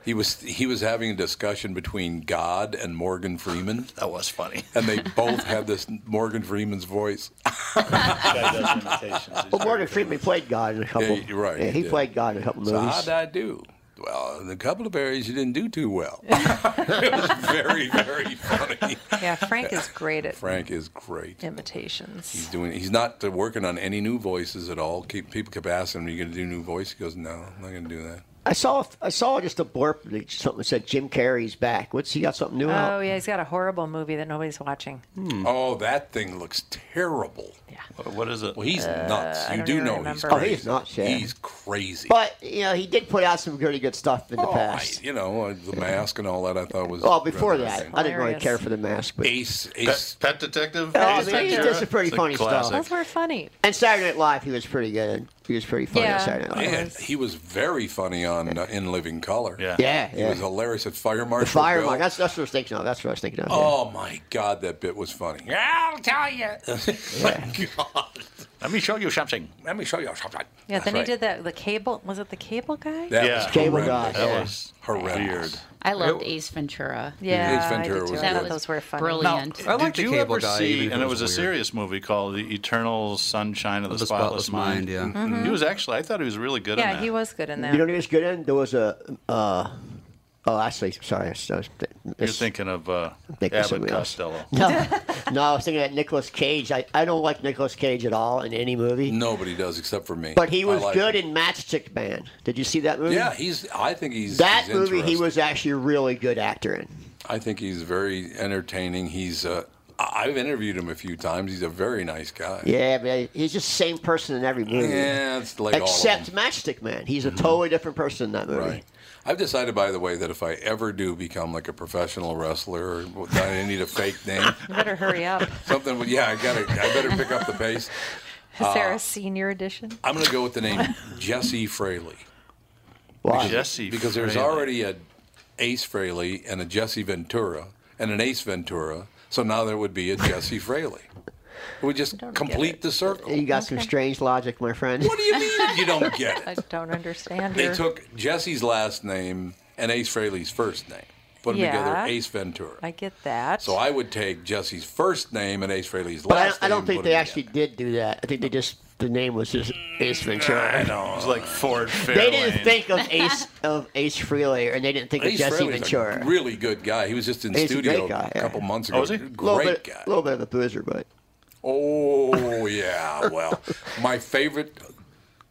S1: He was he was having a discussion between God and Morgan
S4: <laughs>
S1: Freeman.
S7: That was funny.
S1: And they both had this Morgan Freeman's voice. <laughs>
S4: <laughs> Well, Morgan Freeman played God in a couple.
S1: Yeah, you're right.
S4: Yeah, he
S1: did.
S4: played God in a couple
S1: so
S4: movies.
S1: How'd I do? Well, in a couple of areas you didn't do too
S4: <laughs>
S1: well. <laughs> it was very, very funny.
S8: Yeah, Frank is great at
S1: Frank is great.
S8: imitations.
S1: He's doing. He's not uh, working on any new voices at all. Keep, people kept asking him, "Are you going to do new voice?" He goes, "No, I'm not going to do that."
S4: I saw I saw just a blurb that something said Jim Carrey's back. What's he got something new out?
S8: Oh yeah, he's got a horrible movie that nobody's watching.
S1: Oh, that thing looks terrible.
S7: Yeah. Hmm. What is it?
S1: Well, he's
S8: Uh,
S1: nuts.
S8: I
S1: You
S8: don't
S1: do
S8: even
S1: know he's
S8: remember.
S1: crazy.
S8: Oh, he's
S4: nuts, yeah.
S1: He's crazy.
S4: But you know, he did put out some pretty good stuff in the
S1: Oh, I-
S4: past.
S1: you know, uh, the mask and all that. I thought was.
S4: well, before
S1: rather
S4: that,
S1: insane.
S4: I didn't really care for the mask. But
S1: Ace, Ace,
S7: Pet Detective.
S4: Oh, I mean, he did some pretty funny
S8: Those
S4: stuff.
S8: were funny.
S4: And Saturday Night Live, he was pretty good. He was pretty funny on
S8: Yeah.
S4: Saturday Night Live.
S1: Man, he was very funny on uh, In Living Color. Yeah.
S4: Yeah,
S1: He
S4: yeah.
S1: was hilarious at Fire Marshal.
S4: Fire
S1: Bill.
S4: Mark. That's, that's what I was thinking of. That's what I was thinking of. yeah.
S1: Oh my God, that bit was funny. I'll tell you. God.
S7: Let me show you something.
S1: Let me show you something.
S8: Yeah, then
S1: That's
S8: he
S1: right.
S8: did that. The cable was it the cable guy?
S1: That
S7: Yeah.
S1: was
S7: Cable
S1: horrendous.
S7: guy,
S1: That
S7: yeah.
S1: was horrendous.
S6: I loved Ace Ventura.
S8: Yeah,
S1: Ace Ventura was
S6: That
S1: good.
S6: was
S8: Those were funny.
S6: brilliant.
S7: Did you ever see?
S5: even if
S7: And
S5: it
S7: it was
S5: was
S7: a
S5: weird.
S7: serious movie called The Eternal Sunshine of the,
S5: the
S7: Spotless,
S5: Spotless
S7: Mind.
S5: Mind,
S8: yeah. Mhm.
S7: He was actually. I thought he was really good. in
S8: yeah,
S7: that.
S8: he was good in that.
S4: You know what he was good in? There was a. Uh, oh, actually, sorry. I was, I was-
S7: You're thinking of uh,
S4: think of
S7: Abbott
S4: somebody else.
S7: Costello.
S4: no, no, I was thinking that Nicolas Cage. I, I don't like Nicolas Cage at all in any movie.
S1: Nobody does except for me.
S4: But he
S1: I
S4: was
S1: like
S4: good
S1: him.
S4: in Matchstick Man. Did you see that movie?
S1: Yeah, he's. I think he's.
S4: that
S1: he's
S4: movie he
S1: interesting.
S4: was actually a really good actor in.
S1: I think he's very entertaining. He's. Uh, I- I've interviewed him a few times. He's a very nice guy.
S4: Yeah, but he's just the same person in every movie.
S1: Yeah, it's like all of Mm-hmm.
S4: Except Matchstick Man. He's a totally different person in that movie.
S1: Right. I've decided, by the way, that if I ever do become like a professional wrestler, or I need a fake
S4: <laughs>
S1: name,
S8: You better
S1: <laughs>
S8: hurry up.
S1: something. with- Yeah, I gotta. I better pick up the pace. Uh,
S8: Sarah Senior Edition.
S1: I'm gonna go with the name Jesse Fraley.
S4: Why?
S7: Jesse
S1: Because there's
S7: Fraley.
S1: already a Ace Fraley and a Jesse Ventura and an Ace Ventura, so now there would be a Jesse Fraley. We just complete the circle.
S4: You got some strange logic, my friend.
S1: What do you mean you
S8: <laughs>
S1: don't get it?
S8: I don't understand.
S1: They
S8: her.
S1: took Jesse's last name and Ace Fraley's first name, put them together,
S8: Yeah.
S1: Ace Ventura.
S8: <laughs> I get that.
S1: So I would take Jesse's first name and Ace Fraley's
S4: But I,
S1: last
S4: I
S1: name.
S4: don't think they actually did do that. I think they just the name was just Ace
S1: Mm,
S4: Ventura.
S7: know. It was like Ford
S4: They
S7: Fairlane.
S4: didn't think
S8: <laughs>
S4: of Ace of Ace Frehley, and they didn't think of
S1: Ace
S4: Jesse
S1: Fraley's
S4: Ventura.
S1: a really good guy. He was just in
S4: He's a
S1: studio
S4: great guy, yeah.
S1: couple
S7: Oh,
S1: months ago.
S4: Little
S1: Great
S4: bit-
S1: guy.
S4: little bit of a boozer, but
S1: Oh yeah, well, my favorite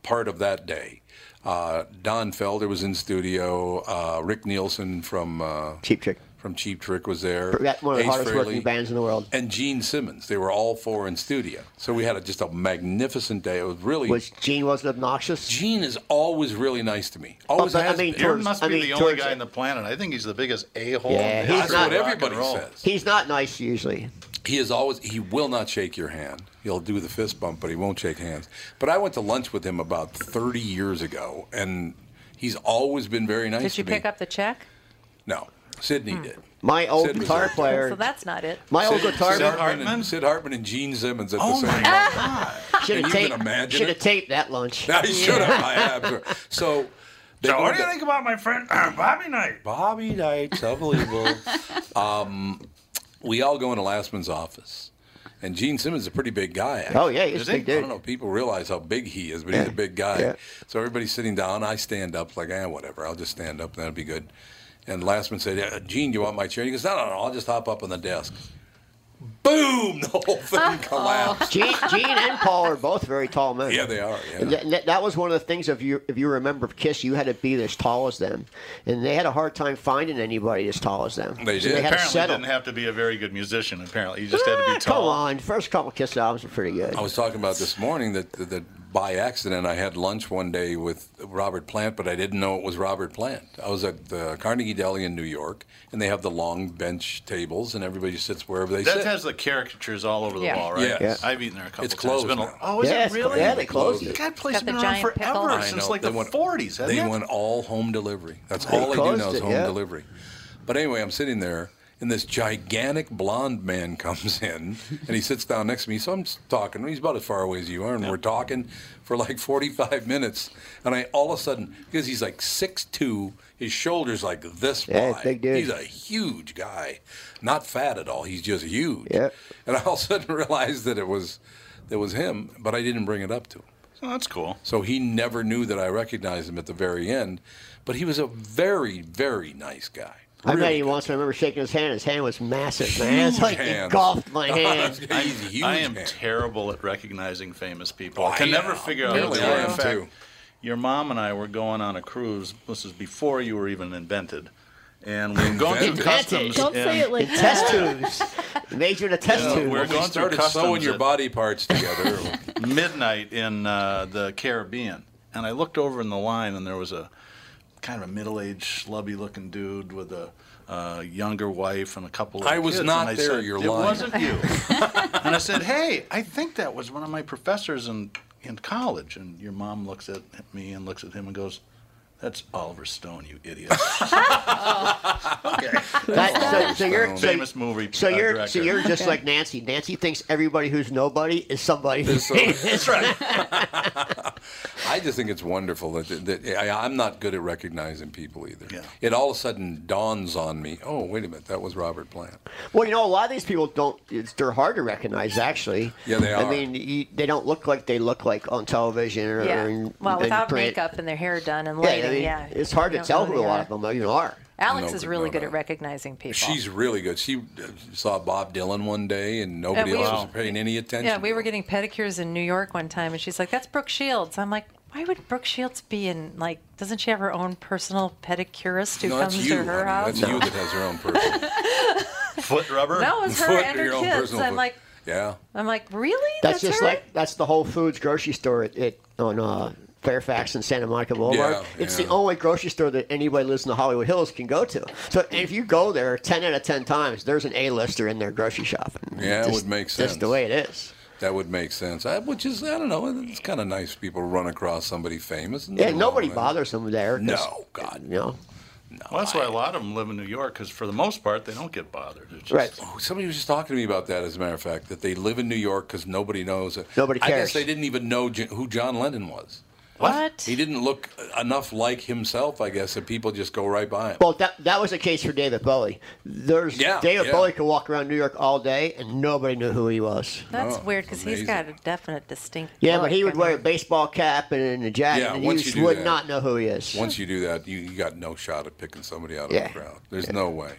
S1: part of that day, uh, Don Felder was in studio. Uh, Rick Nielsen from uh,
S4: Cheap Trick
S1: from Cheap Trick was there.
S4: That one of the
S1: Ace
S4: hardest
S1: Frehley,
S4: working bands in the world.
S1: And Gene Simmons. They were all four in studio. So we had a, just a magnificent day. It was really.
S4: Was Gene wasn't obnoxious?
S1: Gene is always really nice to me.
S7: Oh,
S1: Always
S4: but, I
S1: has
S4: mean,
S1: been.
S7: Aaron must be the only guy on the planet. I think he's the biggest a hole.
S4: Yeah, he's
S1: Oh, That's
S4: not-
S1: what everybody says.
S4: He's not nice usually.
S1: He is always he will not shake your hand. He'll do the fist bump, but he won't shake hands. But I went to lunch with him about 30 years ago, and he's always been very nice
S8: Did you
S1: to me.
S8: pick up the check?
S1: No, Sydney did.
S4: My old
S1: Sid was
S4: guitar
S1: there.
S8: So that's not it.
S4: My old
S1: Sid-
S4: guitar
S1: Sid
S4: player-
S1: Hartman, and, Sid Hartman and Gene Simmons at the
S4: Oh
S1: same
S4: my
S1: time. Can
S4: <laughs> Should have
S1: you
S4: taped,
S1: even imagine
S4: should have
S1: it?
S4: taped that lunch.
S1: <laughs> I should have. I have. sure. So, they
S7: So
S1: go
S7: what do
S1: to-
S7: you think about my friend <clears throat> Bobby Knight?
S1: Bobby Knight's unbelievable. <laughs> um, we all go into Lastman's office, and Gene Simmons is a pretty big guy.
S4: Oh, yeah, he's a
S1: Is
S4: big
S1: I
S4: dude.
S1: don't know. if People realize how big he is, but he's a big guy. So everybody's sitting down. I stand up, like, eh, whatever. I'll just stand up. That'll be good. And Lastman said, "Yeah, Gene, you want my chair? He goes, No, no, no. I'll just hop up on the desk. Boom! The whole <laughs> thing collapsed.
S4: Gene, Gene and Paul are both very tall men.
S1: Yeah, they are. Yeah.
S4: And that- that, that was one of the things if you if you remember Kiss, you had to be as tall as them, and they had a hard time finding anybody as tall as them.
S7: They
S4: so
S7: did.
S4: They had to
S7: apparently,
S4: settle.
S7: didn't have to be a very good musician. Apparently, you just had to be
S4: Come
S7: tall.
S4: on, first couple Kiss albums are pretty good.
S1: I was talking about this morning that, that, that by accident I had lunch one day with Robert Plant, but I didn't know it was Robert Plant. I was at the Carnegie Deli in New York, and they have the long bench tables, and everybody sits wherever they
S7: That
S1: sit.
S7: has the caricatures all over the
S1: Yeah.
S7: wall, right?
S1: Yes. Yeah.
S7: I've eaten there a couple
S1: It's
S7: times.
S1: closed
S7: Been a-
S1: now.
S7: Oh, is
S1: Yeah,
S7: it
S1: it's clo-
S7: really?
S1: yeah, they closed it.
S7: God, place
S8: Got
S7: has
S8: the
S7: been around
S8: giant pickle.
S7: forever
S1: I
S7: since
S1: know,
S7: like
S1: they
S7: the
S1: went-
S7: 40s. hasn't
S1: They
S7: it?
S1: went all home delivery. That's
S7: They
S1: all they do now
S7: closed
S1: is
S7: it,
S1: home
S7: yeah.
S1: delivery. But anyway, I'm sitting there, and this gigantic blonde man <laughs> comes in, and he sits down next to me. So I'm s- talking. He's about as far away as you are, and we're talking for like 45 <laughs> minutes. And I all of a sudden, because he's like 6'2", his shoulders like this
S4: Yeah,
S1: wide.
S4: big dude.
S1: He's a huge guy, not fat at all. He's just huge. And I all of a sudden <laughs> realized that it was, it was him, but I didn't bring it up to him.
S7: Oh, that's cool.
S1: So he never knew that I recognized him at the very end, but he was a very, very nice guy.
S4: I met him once. and I remember shaking his hand. His hand was
S7: <laughs>
S4: massive, man. It's
S1: Huge
S4: like
S1: hands.
S4: he golfed my hand.
S7: I,
S1: huge
S7: I am terrible at recognizing famous people.
S1: Oh,
S7: I can
S1: yeah.
S7: never figure out.
S1: Really,
S7: who they
S1: I
S7: are.
S1: am
S7: In fact,
S1: too.
S7: Your mom and I were going on a cruise. This is before you were even invented, and we were going through
S4: Invented.
S7: customs.
S4: Don't
S7: and-
S4: say it like In test that. It made you in a test
S7: Yeah,
S4: tube.
S7: We're
S1: When we
S7: going
S1: started
S7: through customs
S1: sewing your
S7: at
S1: body parts together.
S7: <laughs> midnight in uh, the Caribbean, and I looked over in the line, and there was a kind of a middle-aged, slubby-looking dude with a uh, younger wife and a couple. of
S1: I was
S7: kids,
S1: not
S7: and
S1: there,
S7: Said,
S1: you're
S7: it
S1: lying."
S7: wasn't
S1: <laughs>
S7: you. and I said, "Hey, I think that was one of my professors in in college." And your mom looks at me and looks at him and goes. That's Oliver Stone, you
S4: <laughs>
S7: idiot.
S4: <laughs>
S7: <laughs>
S1: <laughs>
S4: That, so, so you're so,
S7: famous movie.
S4: So
S7: uh,
S4: you're
S7: director.
S4: so you're just like Nancy. Nancy thinks everybody who's nobody is somebody. <laughs>
S1: That's right. <laughs> I just think it's wonderful that, that I, I'm not good at recognizing people either. It all of a sudden dawns on me. Oh, wait a minute, that was Robert Plant.
S4: well, you know, a lot of these people don't. It's, they're hard to recognize, actually.
S1: Yeah, they
S4: I
S1: are.
S4: mean, you, they don't look like they look like on television or,
S8: Yeah.
S4: or in,
S8: well,
S4: in
S8: without
S4: print.
S8: makeup and their hair done and
S4: Yeah,
S8: lighting,
S4: I
S8: yeah.
S4: mean, it's hard
S8: you
S4: to
S8: don't
S4: tell
S8: know
S4: who a
S8: they
S4: lot
S8: are.
S4: of them even are.
S8: Alex
S1: No,
S8: is
S1: but
S8: really
S1: no,
S8: good
S1: no.
S8: at recognizing people.
S1: She's really good. She uh, saw Bob Dylan one day, and nobody
S8: we-
S1: else was paying any attention.
S8: yeah, we were getting pedicures in New York one time, and she's like, "That's Brooke Shields." I'm like, "Why would Brooke Shields be in like? Doesn't she have her own personal pedicurist who
S1: no,
S8: comes
S1: that's you.
S8: to her
S1: honey.
S8: house?"
S1: That's
S8: <laughs>
S1: you that has your own personal
S7: foot rubber.
S1: <laughs>
S8: No, it was her and her kids. I'm like,
S1: yeah.
S8: I'm like, really?
S4: That's, just
S8: her?
S4: like that's the Whole Foods grocery store at, at on uh, Fairfax and Santa Monica Boulevard.
S1: Yeah,
S4: it's
S1: yeah.
S4: the only grocery store that anybody lives in the Hollywood Hills can go to. So if you go there ten out of ten times, there's an A-lister in there grocery shopping.
S1: Yeah,
S4: Just-
S1: it would make sense.
S4: Just the way it is.
S1: That would make sense. I, which is, I don't know, it's kind of nice people run across somebody famous. and
S4: Yeah,
S1: they love
S4: nobody
S1: them.
S4: bothers them there. 'cause-
S1: No, God.
S4: No.
S7: Well, that's why a lot of them live in New York because, for the most part, they don't get bothered. It's just-
S1: Oh, somebody was just talking to me about that, as a matter of fact, that they live in New York because nobody knows it.
S4: Nobody
S1: I guess
S4: cares.
S1: they didn't even know J- who John Lennon was.
S8: What?
S1: He didn't look enough like himself, I guess, that people just go right by him.
S4: Well, that that was the case for David Bowie. There's
S1: Yeah,
S4: David
S1: yeah.
S4: Bowie could walk around New York all day and nobody knew who he was.
S1: Oh,
S8: That's weird because he's got a definite distinct.
S4: Yeah,
S8: look.
S4: but he would wear a baseball cap and a jacket,
S1: Yeah,
S4: and
S1: once
S4: you
S1: you
S4: just
S1: do
S4: would
S1: that-
S4: not know who he is.
S1: Once you do that, you, you got no shot at picking somebody out of
S4: Yeah.
S1: the crowd. There's no way.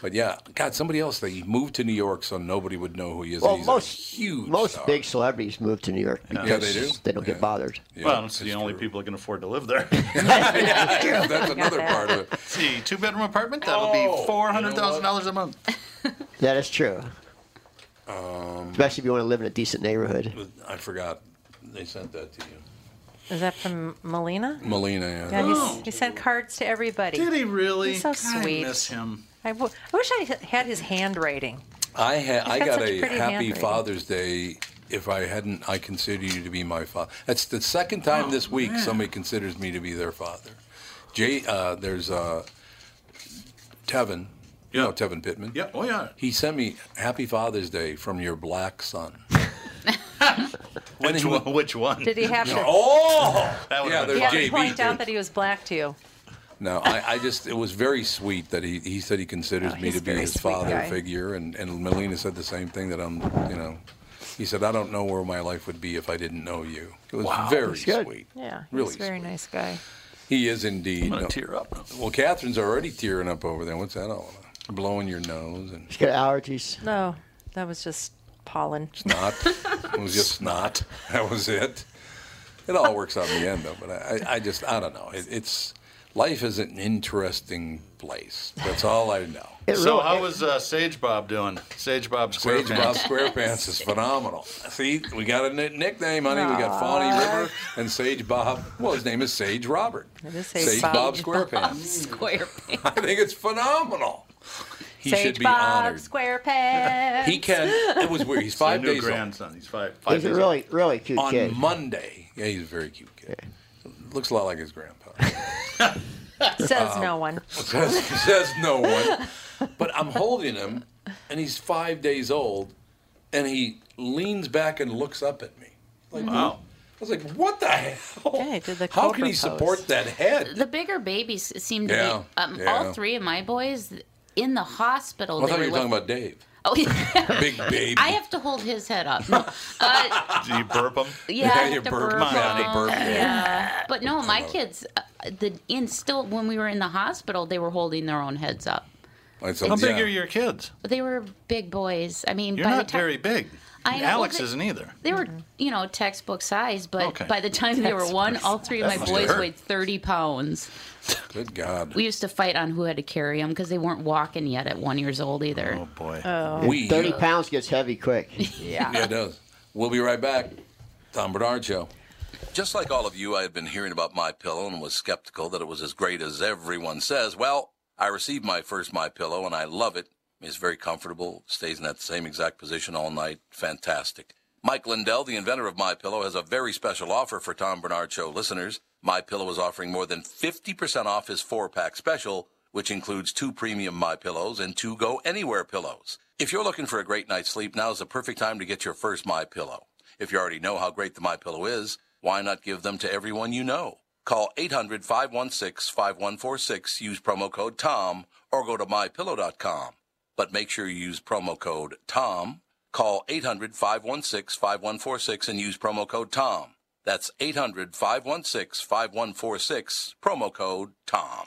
S1: But yeah, God, somebody else. They moved to New York so nobody would know who he is.
S4: Well,
S1: and he's
S4: most
S1: a huge
S4: most
S1: star.
S4: big celebrities move to New York
S1: Yeah.
S4: because
S1: Yeah, they do.
S4: not get bothered.
S7: well, it's the only people that can afford to live
S1: <laughs>
S7: there. <laughs>
S1: yeah, that's another part of it. Oh,
S7: See, two bedroom apartment that'll be four hundred thousand dollars a month.
S4: That is true.
S1: Um,
S4: Especially if you want to live in a decent neighborhood.
S1: I forgot they sent that to you.
S8: Is that from Melina?
S1: Melina, yeah.
S8: Yeah, he's, he sent cards to everybody.
S7: Did he really?
S8: He's so
S7: God,
S8: sweet.
S7: I miss him.
S8: I, w- I wish I h- had his handwriting.
S1: I ha- I
S8: got
S1: got
S8: such
S1: a
S8: pretty
S1: happy
S8: handwriting.
S1: Father's Day. If I hadn't, I consider you to be my father. That's the second time
S8: Oh,
S1: this week
S7: man.
S1: somebody considers me to be their father. Jay, uh, there's uh, Tevin. You know Tevin Pittman.
S7: Yeah. Oh yeah.
S1: He sent me Happy Father's Day from your black
S8: <laughs>
S1: son.
S7: Which one? Which one?
S8: Did he
S1: <laughs>
S8: have to-
S1: Oh,
S7: That
S1: yeah.
S8: Did
S1: There's
S8: he have to
S1: JB.
S8: point out
S1: too.
S8: that he was black to you?
S1: No, I, I just it was very sweet that he, he said he
S7: Oh,
S1: considers me to be his father
S8: guy.
S1: figure, and and Melina said the same thing that I'm you know, he said I don't know where my life would be if I didn't know you. It was
S7: Wow.
S1: very
S7: That's good.
S1: sweet.
S8: Yeah, he
S1: really.
S8: was a very nice guy.
S1: sweet. He is indeed.
S7: I'm gonna
S1: No.
S7: tear up.
S1: Well, Catherine's already tearing up over there. What's that all about? Blowing your nose and <laughs>
S4: She's got allergies.
S8: No, that was just pollen.
S1: snot. it was just snot. That was it. It all works out in the end, though. But I, I- I just, I don't know. It, it's life is an interesting place. That's all I know.
S7: so how was uh, Sage Bob doing? Sage Bob Squarepants.
S1: Sage Bob Squarepants is phenomenal. See, we got a ni- nickname, honey. We got Fawny River and Sage Bob. Well, his name is Sage Robert.
S8: It is Sage
S1: Sage
S8: Bob.
S1: Bob
S6: Bob
S1: Squarepants. <laughs>
S6: Squarepants.
S1: I think it's phenomenal. He
S8: Sage
S1: should be
S8: Bob
S1: honored.
S8: Squarepants.
S1: He can. It was <laughs> weird. He's
S7: My
S1: five
S7: new
S1: days old.
S7: grandson. He's five. five
S4: He's a
S7: days
S4: really, really cute
S1: on
S4: kid.
S1: Monday. Yeah, he's a very cute kid. Looks a lot like his grandpa.
S8: <laughs>
S1: Um,
S8: Says no one.
S1: <laughs> says, says no one. But I'm holding him, and he's five days old, and he leans back and looks up at me. Like,
S7: old. Wow.
S1: I was like, what the hell?
S8: Yeah, he did the
S1: How can
S8: cobra
S1: he
S8: pose.
S1: support that head?
S6: The bigger babies seem to
S1: Yeah,
S6: be. Um,
S1: yeah.
S6: All three of my boys in the hospital.
S1: Well, I
S6: they
S1: thought
S6: were
S1: you were talking
S6: lift-
S1: about Dave.
S6: Oh, yeah.
S1: Big baby.
S6: I have to hold his
S1: <laughs>
S6: head up. No, uh,
S7: Did you burp him?
S6: <laughs> yeah, I have
S1: you
S6: to
S1: burped.
S6: burp
S1: Come on,
S6: him.
S1: Dave, burp.
S6: Yeah. But no, my kids, uh, the in still when we were in the hospital, they were holding their own heads up.
S1: Like, so,
S7: How big
S1: yeah.
S7: are your kids?
S6: They were big boys. I mean,
S7: You're
S6: by
S7: not
S6: the time
S7: very big.
S6: I know,
S7: Alex
S6: well, they-
S7: isn't either.
S6: they were, you know, textbook size. But
S7: Okay.
S6: by the time they were one, all three of my
S7: must
S6: boys
S7: hurt.
S6: weighed thirty pounds.
S1: Good God.
S6: We used to fight on who had to carry them because they weren't walking yet at one years old either.
S7: Oh boy.
S1: We. uh,
S4: Thirty pounds gets heavy quick.
S8: <laughs>
S1: Yeah, it does. We'll be right back. Tom Bernard Show. Just like all of you, I had been hearing about my pillow and was skeptical that it was as great as everyone says. Well, I received my first my pillow and I love it. It's very comfortable, stays in that same exact position all night. Fantastic. Mike Lindell, the inventor of my pillow, has a very special offer for Tom Bernard Show listeners. My pillow is offering more than 50% off his four-pack special, which includes two premium my pillows and two go anywhere pillows. If you're looking for a great night's sleep, now's the perfect time to get your first my pillow. If you already know how great the My Pillow is, why not give them to everyone you know? Call 800 516 5146, use promo code TOM, or go to mypillow.com. But make sure you use promo code TOM. Call 800 516 5146 and use promo code TOM. That's 800 516 5146, promo code TOM.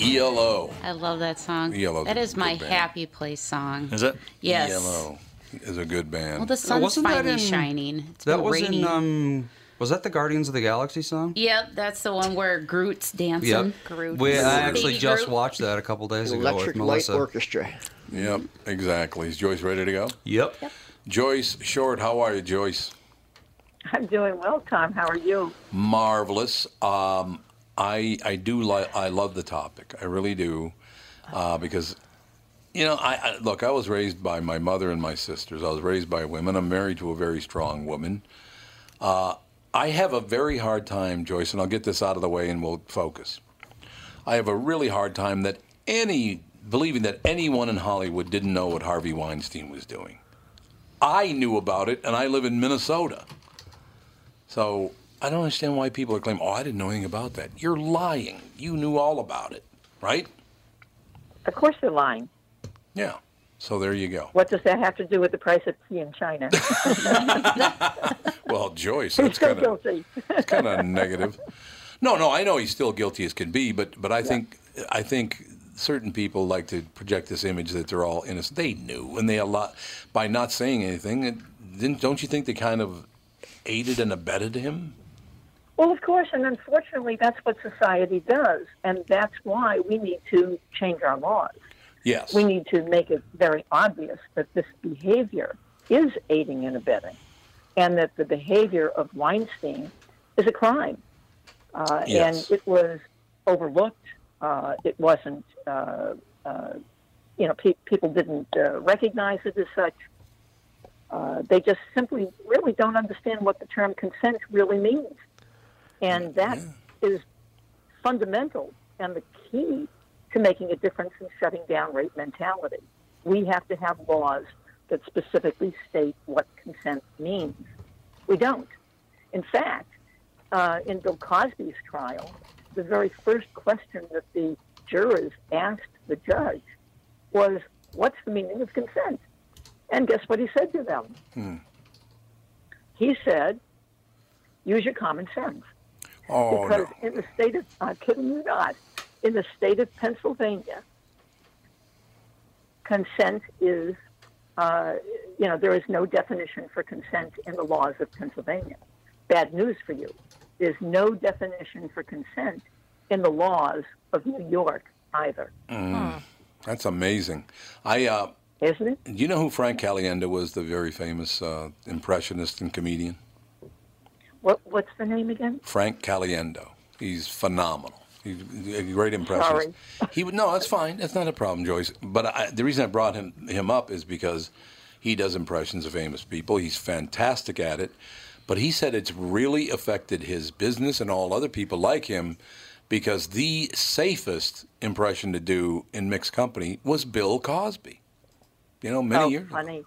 S1: E ELO.
S6: I love that song.
S1: Yellow's
S6: that
S1: a
S6: is my
S1: good band.
S6: happy place song.
S1: Is it? E
S6: Yes.
S1: Yellow is a good band.
S6: Well, the sun's
S5: wasn't that
S6: finally
S5: in-
S6: shining. It's
S5: that
S6: been
S5: was
S6: raining.
S5: in um, was that the Guardians of the Galaxy song?
S6: Yep, that's the one where Groot's dancing.
S5: Yep.
S6: Groot.
S5: We, I
S6: Baby
S5: actually just
S6: Groot.
S5: watched that a couple days ago
S4: Electric
S5: with
S4: Light
S5: Melissa.
S4: Orchestra.
S1: Yep, exactly. Is Joyce ready to go?
S5: Yep.
S1: Joyce Short, how are you, Joyce?
S10: I'm doing well, Tom. How are you?
S1: Marvelous. Um, I I do like I love the topic. I really do, uh, because you know I, I look. I was raised by my mother and my sisters. I was raised by women. I'm married to a very strong woman. Uh, I have a very hard time, Joyce, and I'll get this out of the way and we'll focus. I have a really hard time that any believing that anyone in Hollywood didn't know what Harvey Weinstein was doing. I knew about it, and I live in Minnesota. So I don't understand why people are claiming, "Oh, I didn't know anything about that." You're lying. You knew all about it, right?
S10: Of course you're lying.
S1: Yeah. So there you go. <laughs>
S10: What does that have to do with the price of tea in China?
S1: Well, Joyce, that's
S10: He's so
S1: kind of
S10: <laughs> guilty.
S1: It's kind of negative. No, no, I know he's still guilty as can be, but but I think I think certain people like to project this image that they're all innocent. They knew, and they a lot by not saying anything. It, didn't, don't you think they kind of aided and abetted him?
S10: Well, of course, and unfortunately, that's what society does, and that's why we need to change our laws.
S1: Yes.
S10: We need to make it very obvious that this behavior is aiding and abetting, and that the behavior of Weinstein is a crime. Uh,
S11: Yes.
S10: And it was overlooked. Uh, it wasn't, uh, uh, you know, pe- people didn't uh, recognize it as such. Uh, they just simply really don't understand what the term consent really means. And that is fundamental and the key to making a difference in shutting down rape mentality. We have to have laws that specifically state what consent means. We don't. In fact, uh, in Bill Cosby's trial, the very first question that the jurors asked the judge was, What's the meaning of consent? And guess what he said to them?
S1: Hmm.
S10: He said, Use your common sense
S1: Oh
S10: because
S1: no.
S10: in the state of I'm kidding you not, in the state of Pennsylvania, consent is uh, you know there is no definition for consent in the laws of Pennsylvania. Bad news for you. There's no definition for consent in the laws of New York either,
S1: Mm. That's amazing. I uh,
S10: isn't it?
S1: Do you know who Frank Caliendo was, the very famous uh, impressionist and comedian?
S10: What what's the name again?
S1: Frank Caliendo. He's phenomenal. He's a great impressionist. He would no, that's fine. That's not a problem, Joyce. But I, the reason I brought him him up is because he does impressions of famous people. He's fantastic at it. But he said it's really affected his business and all other people like him because the safest impression to do in mixed company was Bill Cosby. You know, many
S10: oh,
S1: years
S10: funny.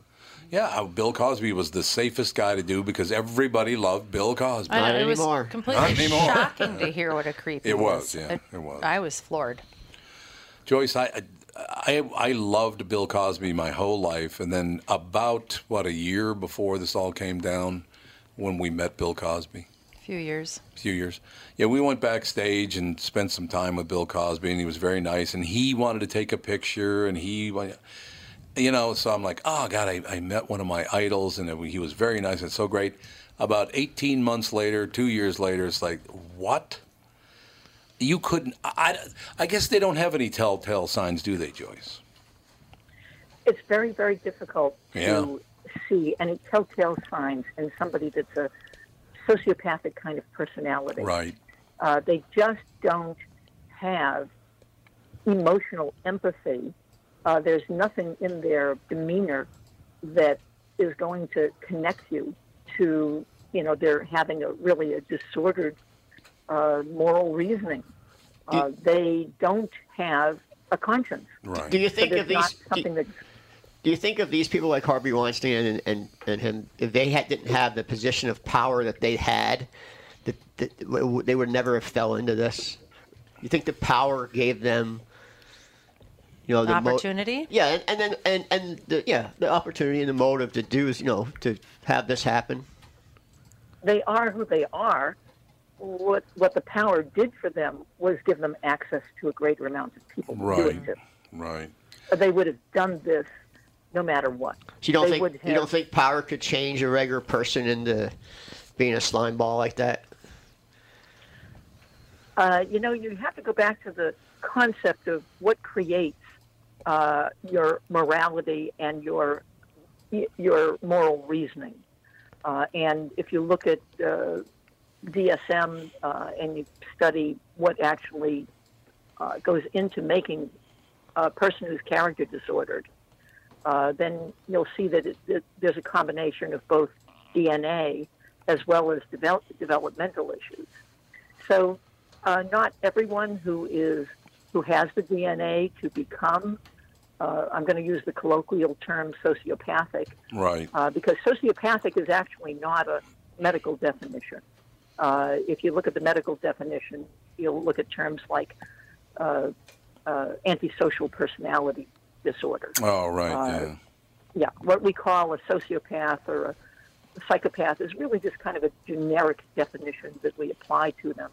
S1: yeah, uh, Bill Cosby was the safest guy to do because everybody loved Bill Cosby.
S8: I know, it was <laughs> completely
S1: Not anymore.
S8: shocking to hear what a creep he
S1: It was, yeah,
S8: I-
S1: it was.
S8: I was floored.
S1: Joyce, I, I, I loved Bill Cosby my whole life, and then about what a year before this all came down, when we met Bill Cosby,
S8: A few years.
S1: a few years. Yeah, we went backstage and spent some time with Bill Cosby, and he was very nice, and he wanted to take a picture, and he, wa- you know, so I'm like, oh God, I, I met one of my idols, and it, he was very nice, and so great. About 18 months later, two years later, it's like, what? You couldn't. I, I guess they don't have any telltale signs, do they, Joyce?
S10: It's very very difficult
S1: Yeah.
S10: to see any telltale signs in somebody that's a sociopathic kind of personality.
S1: Right.
S10: Uh, they just don't have emotional empathy. Uh, there's nothing in their demeanor that is going to connect you to, you know, they're having a really a disordered uh, moral reasoning. Uh, they don't have a conscience.
S1: Right.
S4: Do you
S10: So
S4: think
S10: there's
S4: of these-
S10: not something that's
S4: Do you think of these people like Harvey Weinstein and, and, and him, if they had, didn't have the position of power that they had, that, that w- they would never have fell into this? You think the power gave them, you know, Oh, the mo-
S8: Opportunity?
S4: yeah, and, and then and and the, yeah, the opportunity and the motive to do is you know to have this happen.
S10: they are who they are what what the power did for them was give them access to a greater amount of people to do it
S1: Right.
S10: to.
S1: Right.
S10: Or They would have done this no matter what.
S4: You don't
S10: They
S4: think
S10: would
S4: you don't
S10: have-
S4: think power could change a regular person into being a slime ball like that?
S10: Uh, you know, you have to go back to the concept of what creates uh, your morality and your y- your moral reasoning. Uh, and if you look at uh, DSM uh, and you study what actually uh, goes into making a person who's character disordered, uh, then you'll see that it, that there's a combination of both DNA as well as develop, developmental issues. So uh, not everyone who is who has the DNA to become. Uh, I'm going to use the colloquial term sociopathic
S1: Right.
S10: uh, because sociopathic is actually not a medical definition. Uh, if you look at the medical definition, you'll look at terms like uh, uh, antisocial personality disorder.
S1: Oh, right.
S10: Uh,
S1: yeah.
S10: yeah, what we call a sociopath or a psychopath is really just kind of a generic definition that we apply to them.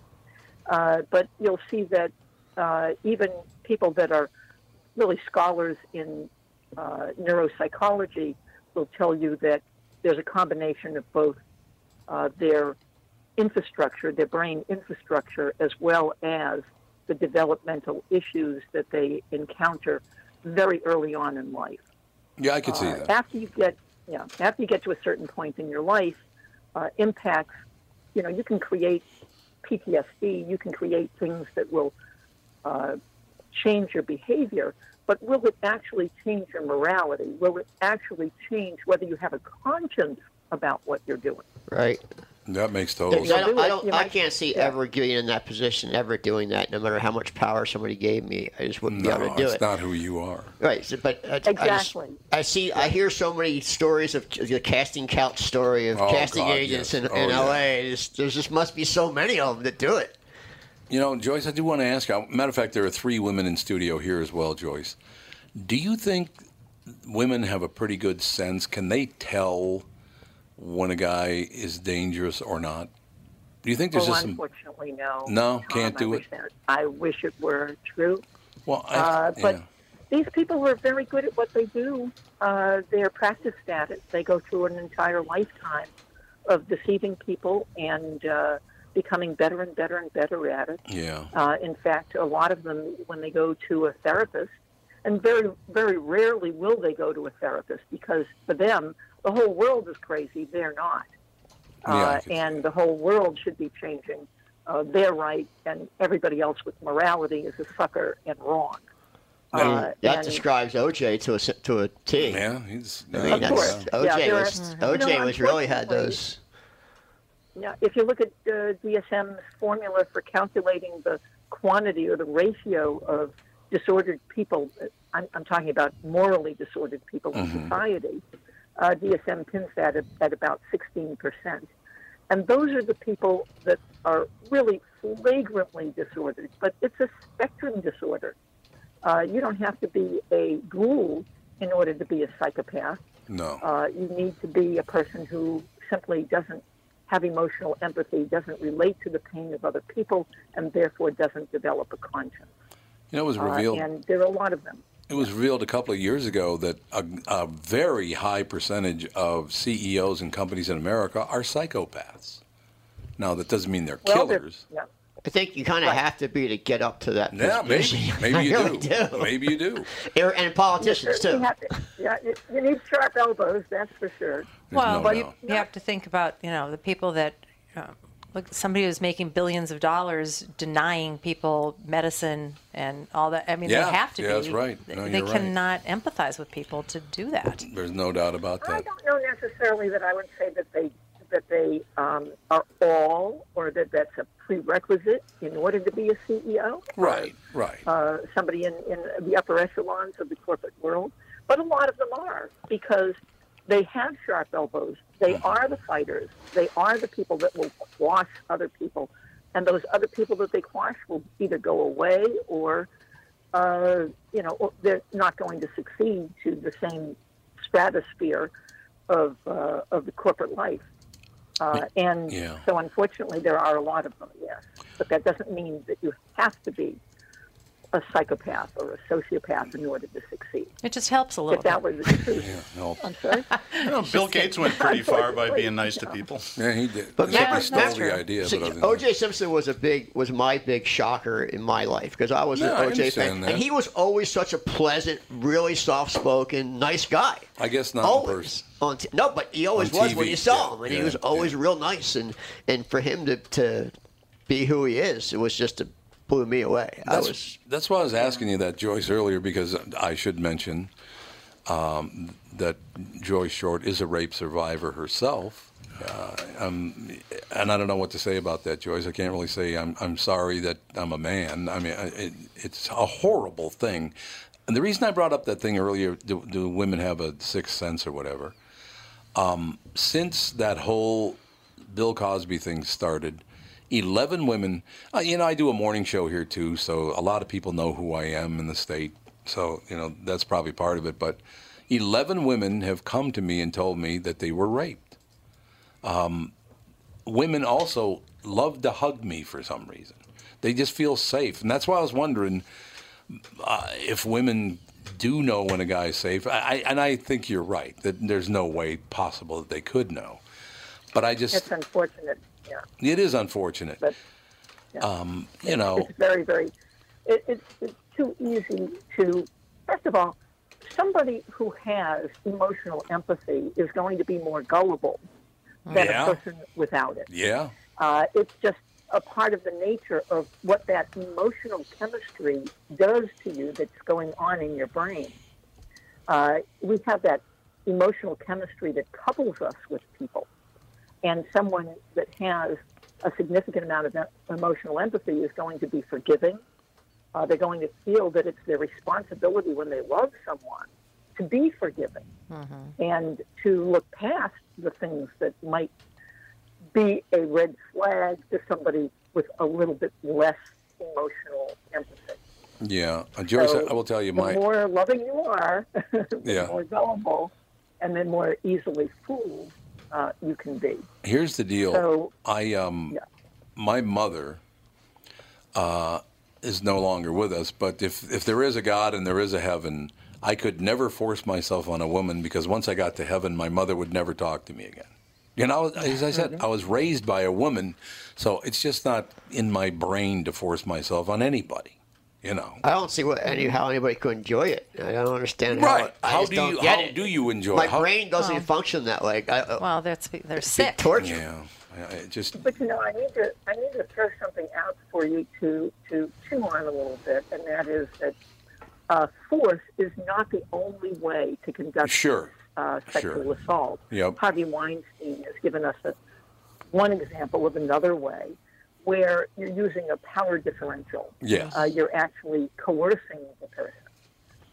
S10: Uh, but you'll see that uh, even people that are really scholars in uh, neuropsychology will tell you that there's a combination of both uh, their infrastructure, their brain infrastructure, as well as the developmental issues that they encounter very early on in life.
S1: Yeah, I could see
S10: Uh,
S1: that.
S10: After you get, yeah, after you get to a certain point in your life, uh, impacts. You know, you can create PTSD. You can create things that will uh, change your behavior. But will it actually change your morality? Will it actually change whether you have a conscience about what you're doing?
S4: Right.
S1: That makes
S4: I
S1: total
S4: don't,
S1: sense.
S4: I,
S10: do it,
S4: don't-
S10: you
S4: I
S10: might-
S4: can't see
S10: yeah.
S4: ever getting in that position, ever doing that, no matter how much power somebody gave me. I just wouldn't be able
S1: No,
S4: to do
S1: it's
S4: it.
S1: not who you are.
S4: Right, so- but uh, I, I just-
S10: Exactly.
S4: I see. I hear so many stories of the casting couch story of
S1: Oh,
S4: casting
S1: God,
S4: agents
S1: yes.
S4: in,
S1: Oh,
S4: in
S1: yeah.
S4: L.A. There's, there's just must be so many of them that do it.
S1: You know, Joyce, I do want to ask you. Matter of fact, there are three women in studio here as well, Joyce. Do you think women have a pretty good sense? Can they tell when a guy is dangerous or not? Do you think there's
S10: oh,
S1: just some.
S10: unfortunately, no.
S1: No,
S10: Tom,
S1: can't
S10: I
S1: do
S10: wish
S1: it.
S10: that- I wish it were true.
S1: Well, I,
S10: uh, but
S1: yeah.
S10: these people are very good at what they do. Uh, they're practiced at it. They go through an entire lifetime of deceiving people and uh, becoming better and better and better at it.
S1: Yeah.
S10: Uh, in fact, a lot of them, when they go to a therapist, and very, very rarely will they go to a therapist because for them, the whole world is crazy. They're not.
S1: Yeah, I
S10: Uh,
S1: could see
S10: and the whole world should be changing. Uh, they're right, and everybody else with morality is a sucker and wrong. Uh,
S4: that
S10: and-
S4: describes OJ to a s- to a T.
S1: Yeah, he's.
S4: I mean,
S10: Of
S4: that's,
S10: course.
S4: OJ
S10: Yeah, there
S4: was
S10: are-
S4: OJ
S10: you know,
S4: was really had those.
S10: Now, if you look at uh, DSM's formula for calculating the quantity or the ratio of disordered people, uh, I'm, I'm talking about morally disordered people in
S11: Mhm.
S10: society, uh, DSM pins that at, at about 16%. And those are the people that are really flagrantly disordered, but it's a spectrum disorder. Uh, you don't have to be a ghoul in order to be a psychopath.
S1: No.
S10: Uh, you need to be a person who simply doesn't have emotional empathy, doesn't relate to the pain of other people, and therefore doesn't develop a conscience.
S1: You know, it was
S10: Uh,
S1: revealed.
S10: and there are a lot of them.
S1: It was revealed a couple of years ago that a, a very high percentage of CEOs and companies in America are psychopaths. Now, that doesn't mean they're killers.
S10: Yeah.
S4: I think you kind of have to be to get up to that.
S1: Yeah,
S4: position.
S1: maybe.
S4: <laughs>
S1: Maybe
S4: I
S1: you
S4: really
S1: do.
S4: do.
S1: Maybe you do.
S4: Or- and politicians
S10: You
S4: too.
S10: have to- yeah, you, you need sharp elbows, that's for sure.
S8: Well, you, you have to think about you know the people that uh, look somebody who's making billions of dollars denying people medicine and all that. I mean,
S1: Yeah,
S8: they have to
S1: yeah,
S8: be.
S1: that's right. No,
S8: they
S1: you're right.
S8: cannot empathize with people to do that.
S1: There's no doubt about
S10: I
S1: that.
S10: don't know necessarily that I would say that they that they um, are all, or that that's a prerequisite in order to be a E CEO.
S1: Right, right.
S10: uh, somebody in, in the upper echelons of the corporate world, but a lot of them are because they have sharp elbows. They are the fighters. They are the people that will quash other people, and those other people that they quash will either go away or, uh, you know, or they're not going to succeed to the same stratosphere of uh, of the corporate life. Uh, and
S1: Yeah.
S10: so, unfortunately, there are a lot of them, yes. But that doesn't mean that you have to be a psychopath or a sociopath in order to succeed.
S8: It just helps a
S10: If that was the truth.
S7: No.
S10: I'm sorry?
S7: You know, Bill Gates went <laughs> pretty far by being nice to people.
S1: Yeah, he did.
S7: But
S1: Except
S7: yeah,
S1: he stole
S7: that's
S1: the
S7: true.
S1: idea.
S7: So
S1: but
S7: you-
S1: other than
S4: O.J. Simpson was a big was my big shocker in my life because I was
S1: No, I
S4: an O.J. fan,
S1: understand that.
S4: and he was always such a pleasant, really soft-spoken, nice guy.
S1: I guess not
S4: Always.
S1: in person.
S4: On t- no, but he always
S1: On
S4: was when
S1: TV,
S4: you saw him,
S1: yeah,
S4: and he
S1: yeah,
S4: was always real nice. And and for him to to be who he is, it was just a, blew me away. I
S1: That's,
S4: was
S1: that's why I was asking you that, Joyce, earlier, because I should mention um, that Joyce Short is a rape survivor herself. Uh, um, and I don't know what to say about that, Joyce. I can't really say I'm, I'm sorry that I'm a man. I mean, I- it, it's a horrible thing. And the reason I brought up that thing earlier do, do women have a sixth sense or whatever? Um, since that whole Bill Cosby thing started, 11 women. Uh, you know, I do a morning show here too, so a lot of people know who I am in the state. So, you know, that's probably part of it. But 11 women have come to me and told me that they were raped. Um, women also love to hug me for some reason. They just feel safe. And that's why I was wondering uh, if women do know when a guy is safe. I, I, and I think you're right, that there's no way possible that they could know. But I just,
S10: It's unfortunate, yeah.
S1: it is unfortunate.
S10: But,
S1: Um, you know,
S10: It's very, very. It, it's, it's too easy to. First of all, somebody who has emotional empathy is going to be more gullible than
S1: Yeah.
S10: a person without it.
S1: yeah.
S10: Uh, it's just a part of the nature of what that emotional chemistry does to you that's going on in your brain. Uh, we have that emotional chemistry that couples us with people. And someone that has a significant amount of em- emotional empathy is going to be forgiving. Uh, they're going to feel that it's their responsibility when they love someone to be forgiving
S8: Mm-hmm.
S10: and to look past the things that might be a red flag to somebody with a little bit less emotional empathy.
S1: Yeah, uh, Joyce, I- I will tell you,
S10: The
S1: my
S10: more loving you are, <laughs> the
S1: Yeah.
S10: more gullible and the more easily fooled uh, you can be.
S1: here's the deal.
S10: So-
S1: I um, my mother uh, is no longer with us, but if if there is a God and there is a heaven, I could never force myself on a woman because once I got to heaven, my mother would never talk to me again. You know, as I
S10: Mm-hmm.
S1: said, I was raised by a woman, so it's just not in my brain to force myself on anybody. You know.
S4: I don't see what any how anybody could enjoy it. I don't understand
S1: Right.
S4: how. I
S1: How
S4: just
S1: do
S4: don't
S1: you
S4: get
S1: how
S4: it.
S1: do you enjoy
S4: My
S1: it? How-
S4: brain doesn't
S10: Oh.
S4: function that way. I,
S8: well, that's they're
S4: sick. Torture.
S1: Yeah. I- I just
S10: But you know, I need to I need to throw something out for you to to chew on a little bit, and that is that uh, force is not the only way to conduct
S1: Sure.
S10: uh, sexual
S1: Sure.
S10: assault.
S1: Yep.
S10: Harvey Weinstein has given us a, one example of another way where you're using a power differential.
S11: Yes.
S10: Uh, you're actually coercing the person.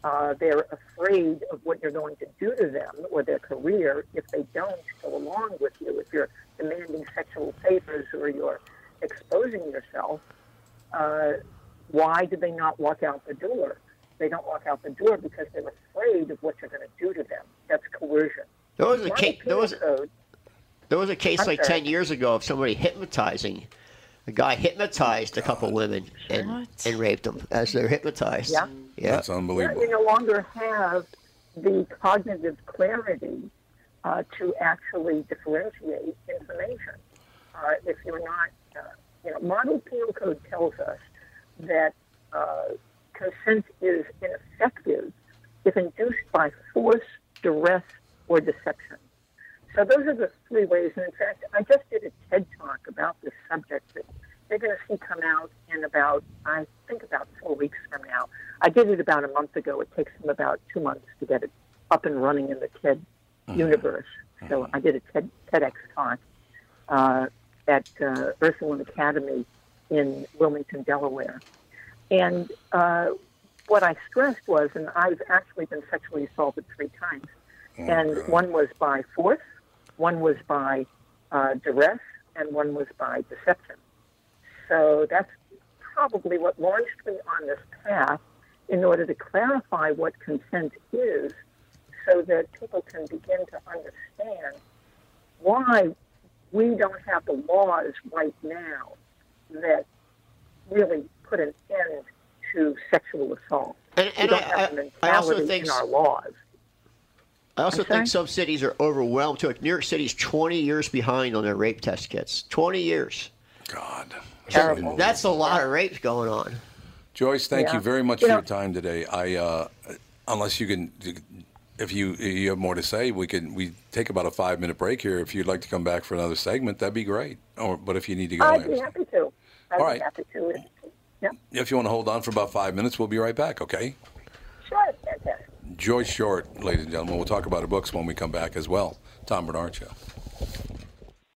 S10: Uh, they're afraid of what you're going to do to them or their career if they don't go along with you. If you're demanding sexual favors or you're exposing yourself, uh, why do they not walk out the door? They don't walk out the door because they're afraid of what you're going to do to them. That's coercion.
S4: There was a
S10: Not
S4: case. There
S10: penal
S4: was
S10: code.
S4: there was a case
S10: I'm
S4: like
S10: sorry.
S4: ten years ago of somebody hypnotizing. A guy hypnotized a couple women and, and raped them as they're hypnotized.
S10: Yeah.
S1: That's unbelievable.
S10: They no longer have the cognitive clarity uh, to actually differentiate information. Uh, if you're not, uh, you know, model penal code tells us that uh, consent is ineffective if induced by force, duress, or deception. So those are the three ways. And in fact, I just did a TED talk about this subject that they're going to see come out in about, I think, about four weeks from now. I did it about a month ago. It takes them about two months to get it up and running in the TED universe. So I did a TED, TEDx talk uh, at uh, Ursuline Academy in Wilmington, Delaware. And uh, what I stressed was, and I've actually been sexually assaulted three times, and one was by force, one was by uh, duress, and one was by deception. So that's probably what launched me on this path in order to clarify what consent is so that people can begin to understand why we don't have the laws right now that really put an end to sexual assault.
S4: And,
S10: we
S4: and
S10: don't
S4: I-
S10: have the
S4: I also
S10: mentality
S4: think
S10: in
S4: s-
S10: our laws.
S4: I also
S10: I'm sorry?
S4: think some cities are overwhelmed too. Like New York City's 20 years behind on their rape test kits. 20 years.
S1: God.
S4: Terrible. That's a lot of rapes going on.
S1: Joyce, thank
S4: Yeah.
S1: you very much
S4: You
S1: for
S4: know-
S1: your time today. I, uh, unless you can, if you if you have more to say, we can we take about a five minute break here. If you'd like to come back for another segment, that'd be great. Or but if you need to go, I
S10: I'd be
S1: understand.
S10: happy to.
S1: All
S10: I'd be
S1: right.
S10: happy to.
S1: if you want to hold on for about five minutes, we'll be right back. Okay.
S10: Sure, fantastic.
S1: Joyce Short, ladies and gentlemen. We'll talk about her books when we come back as well. Tom Bernard Show.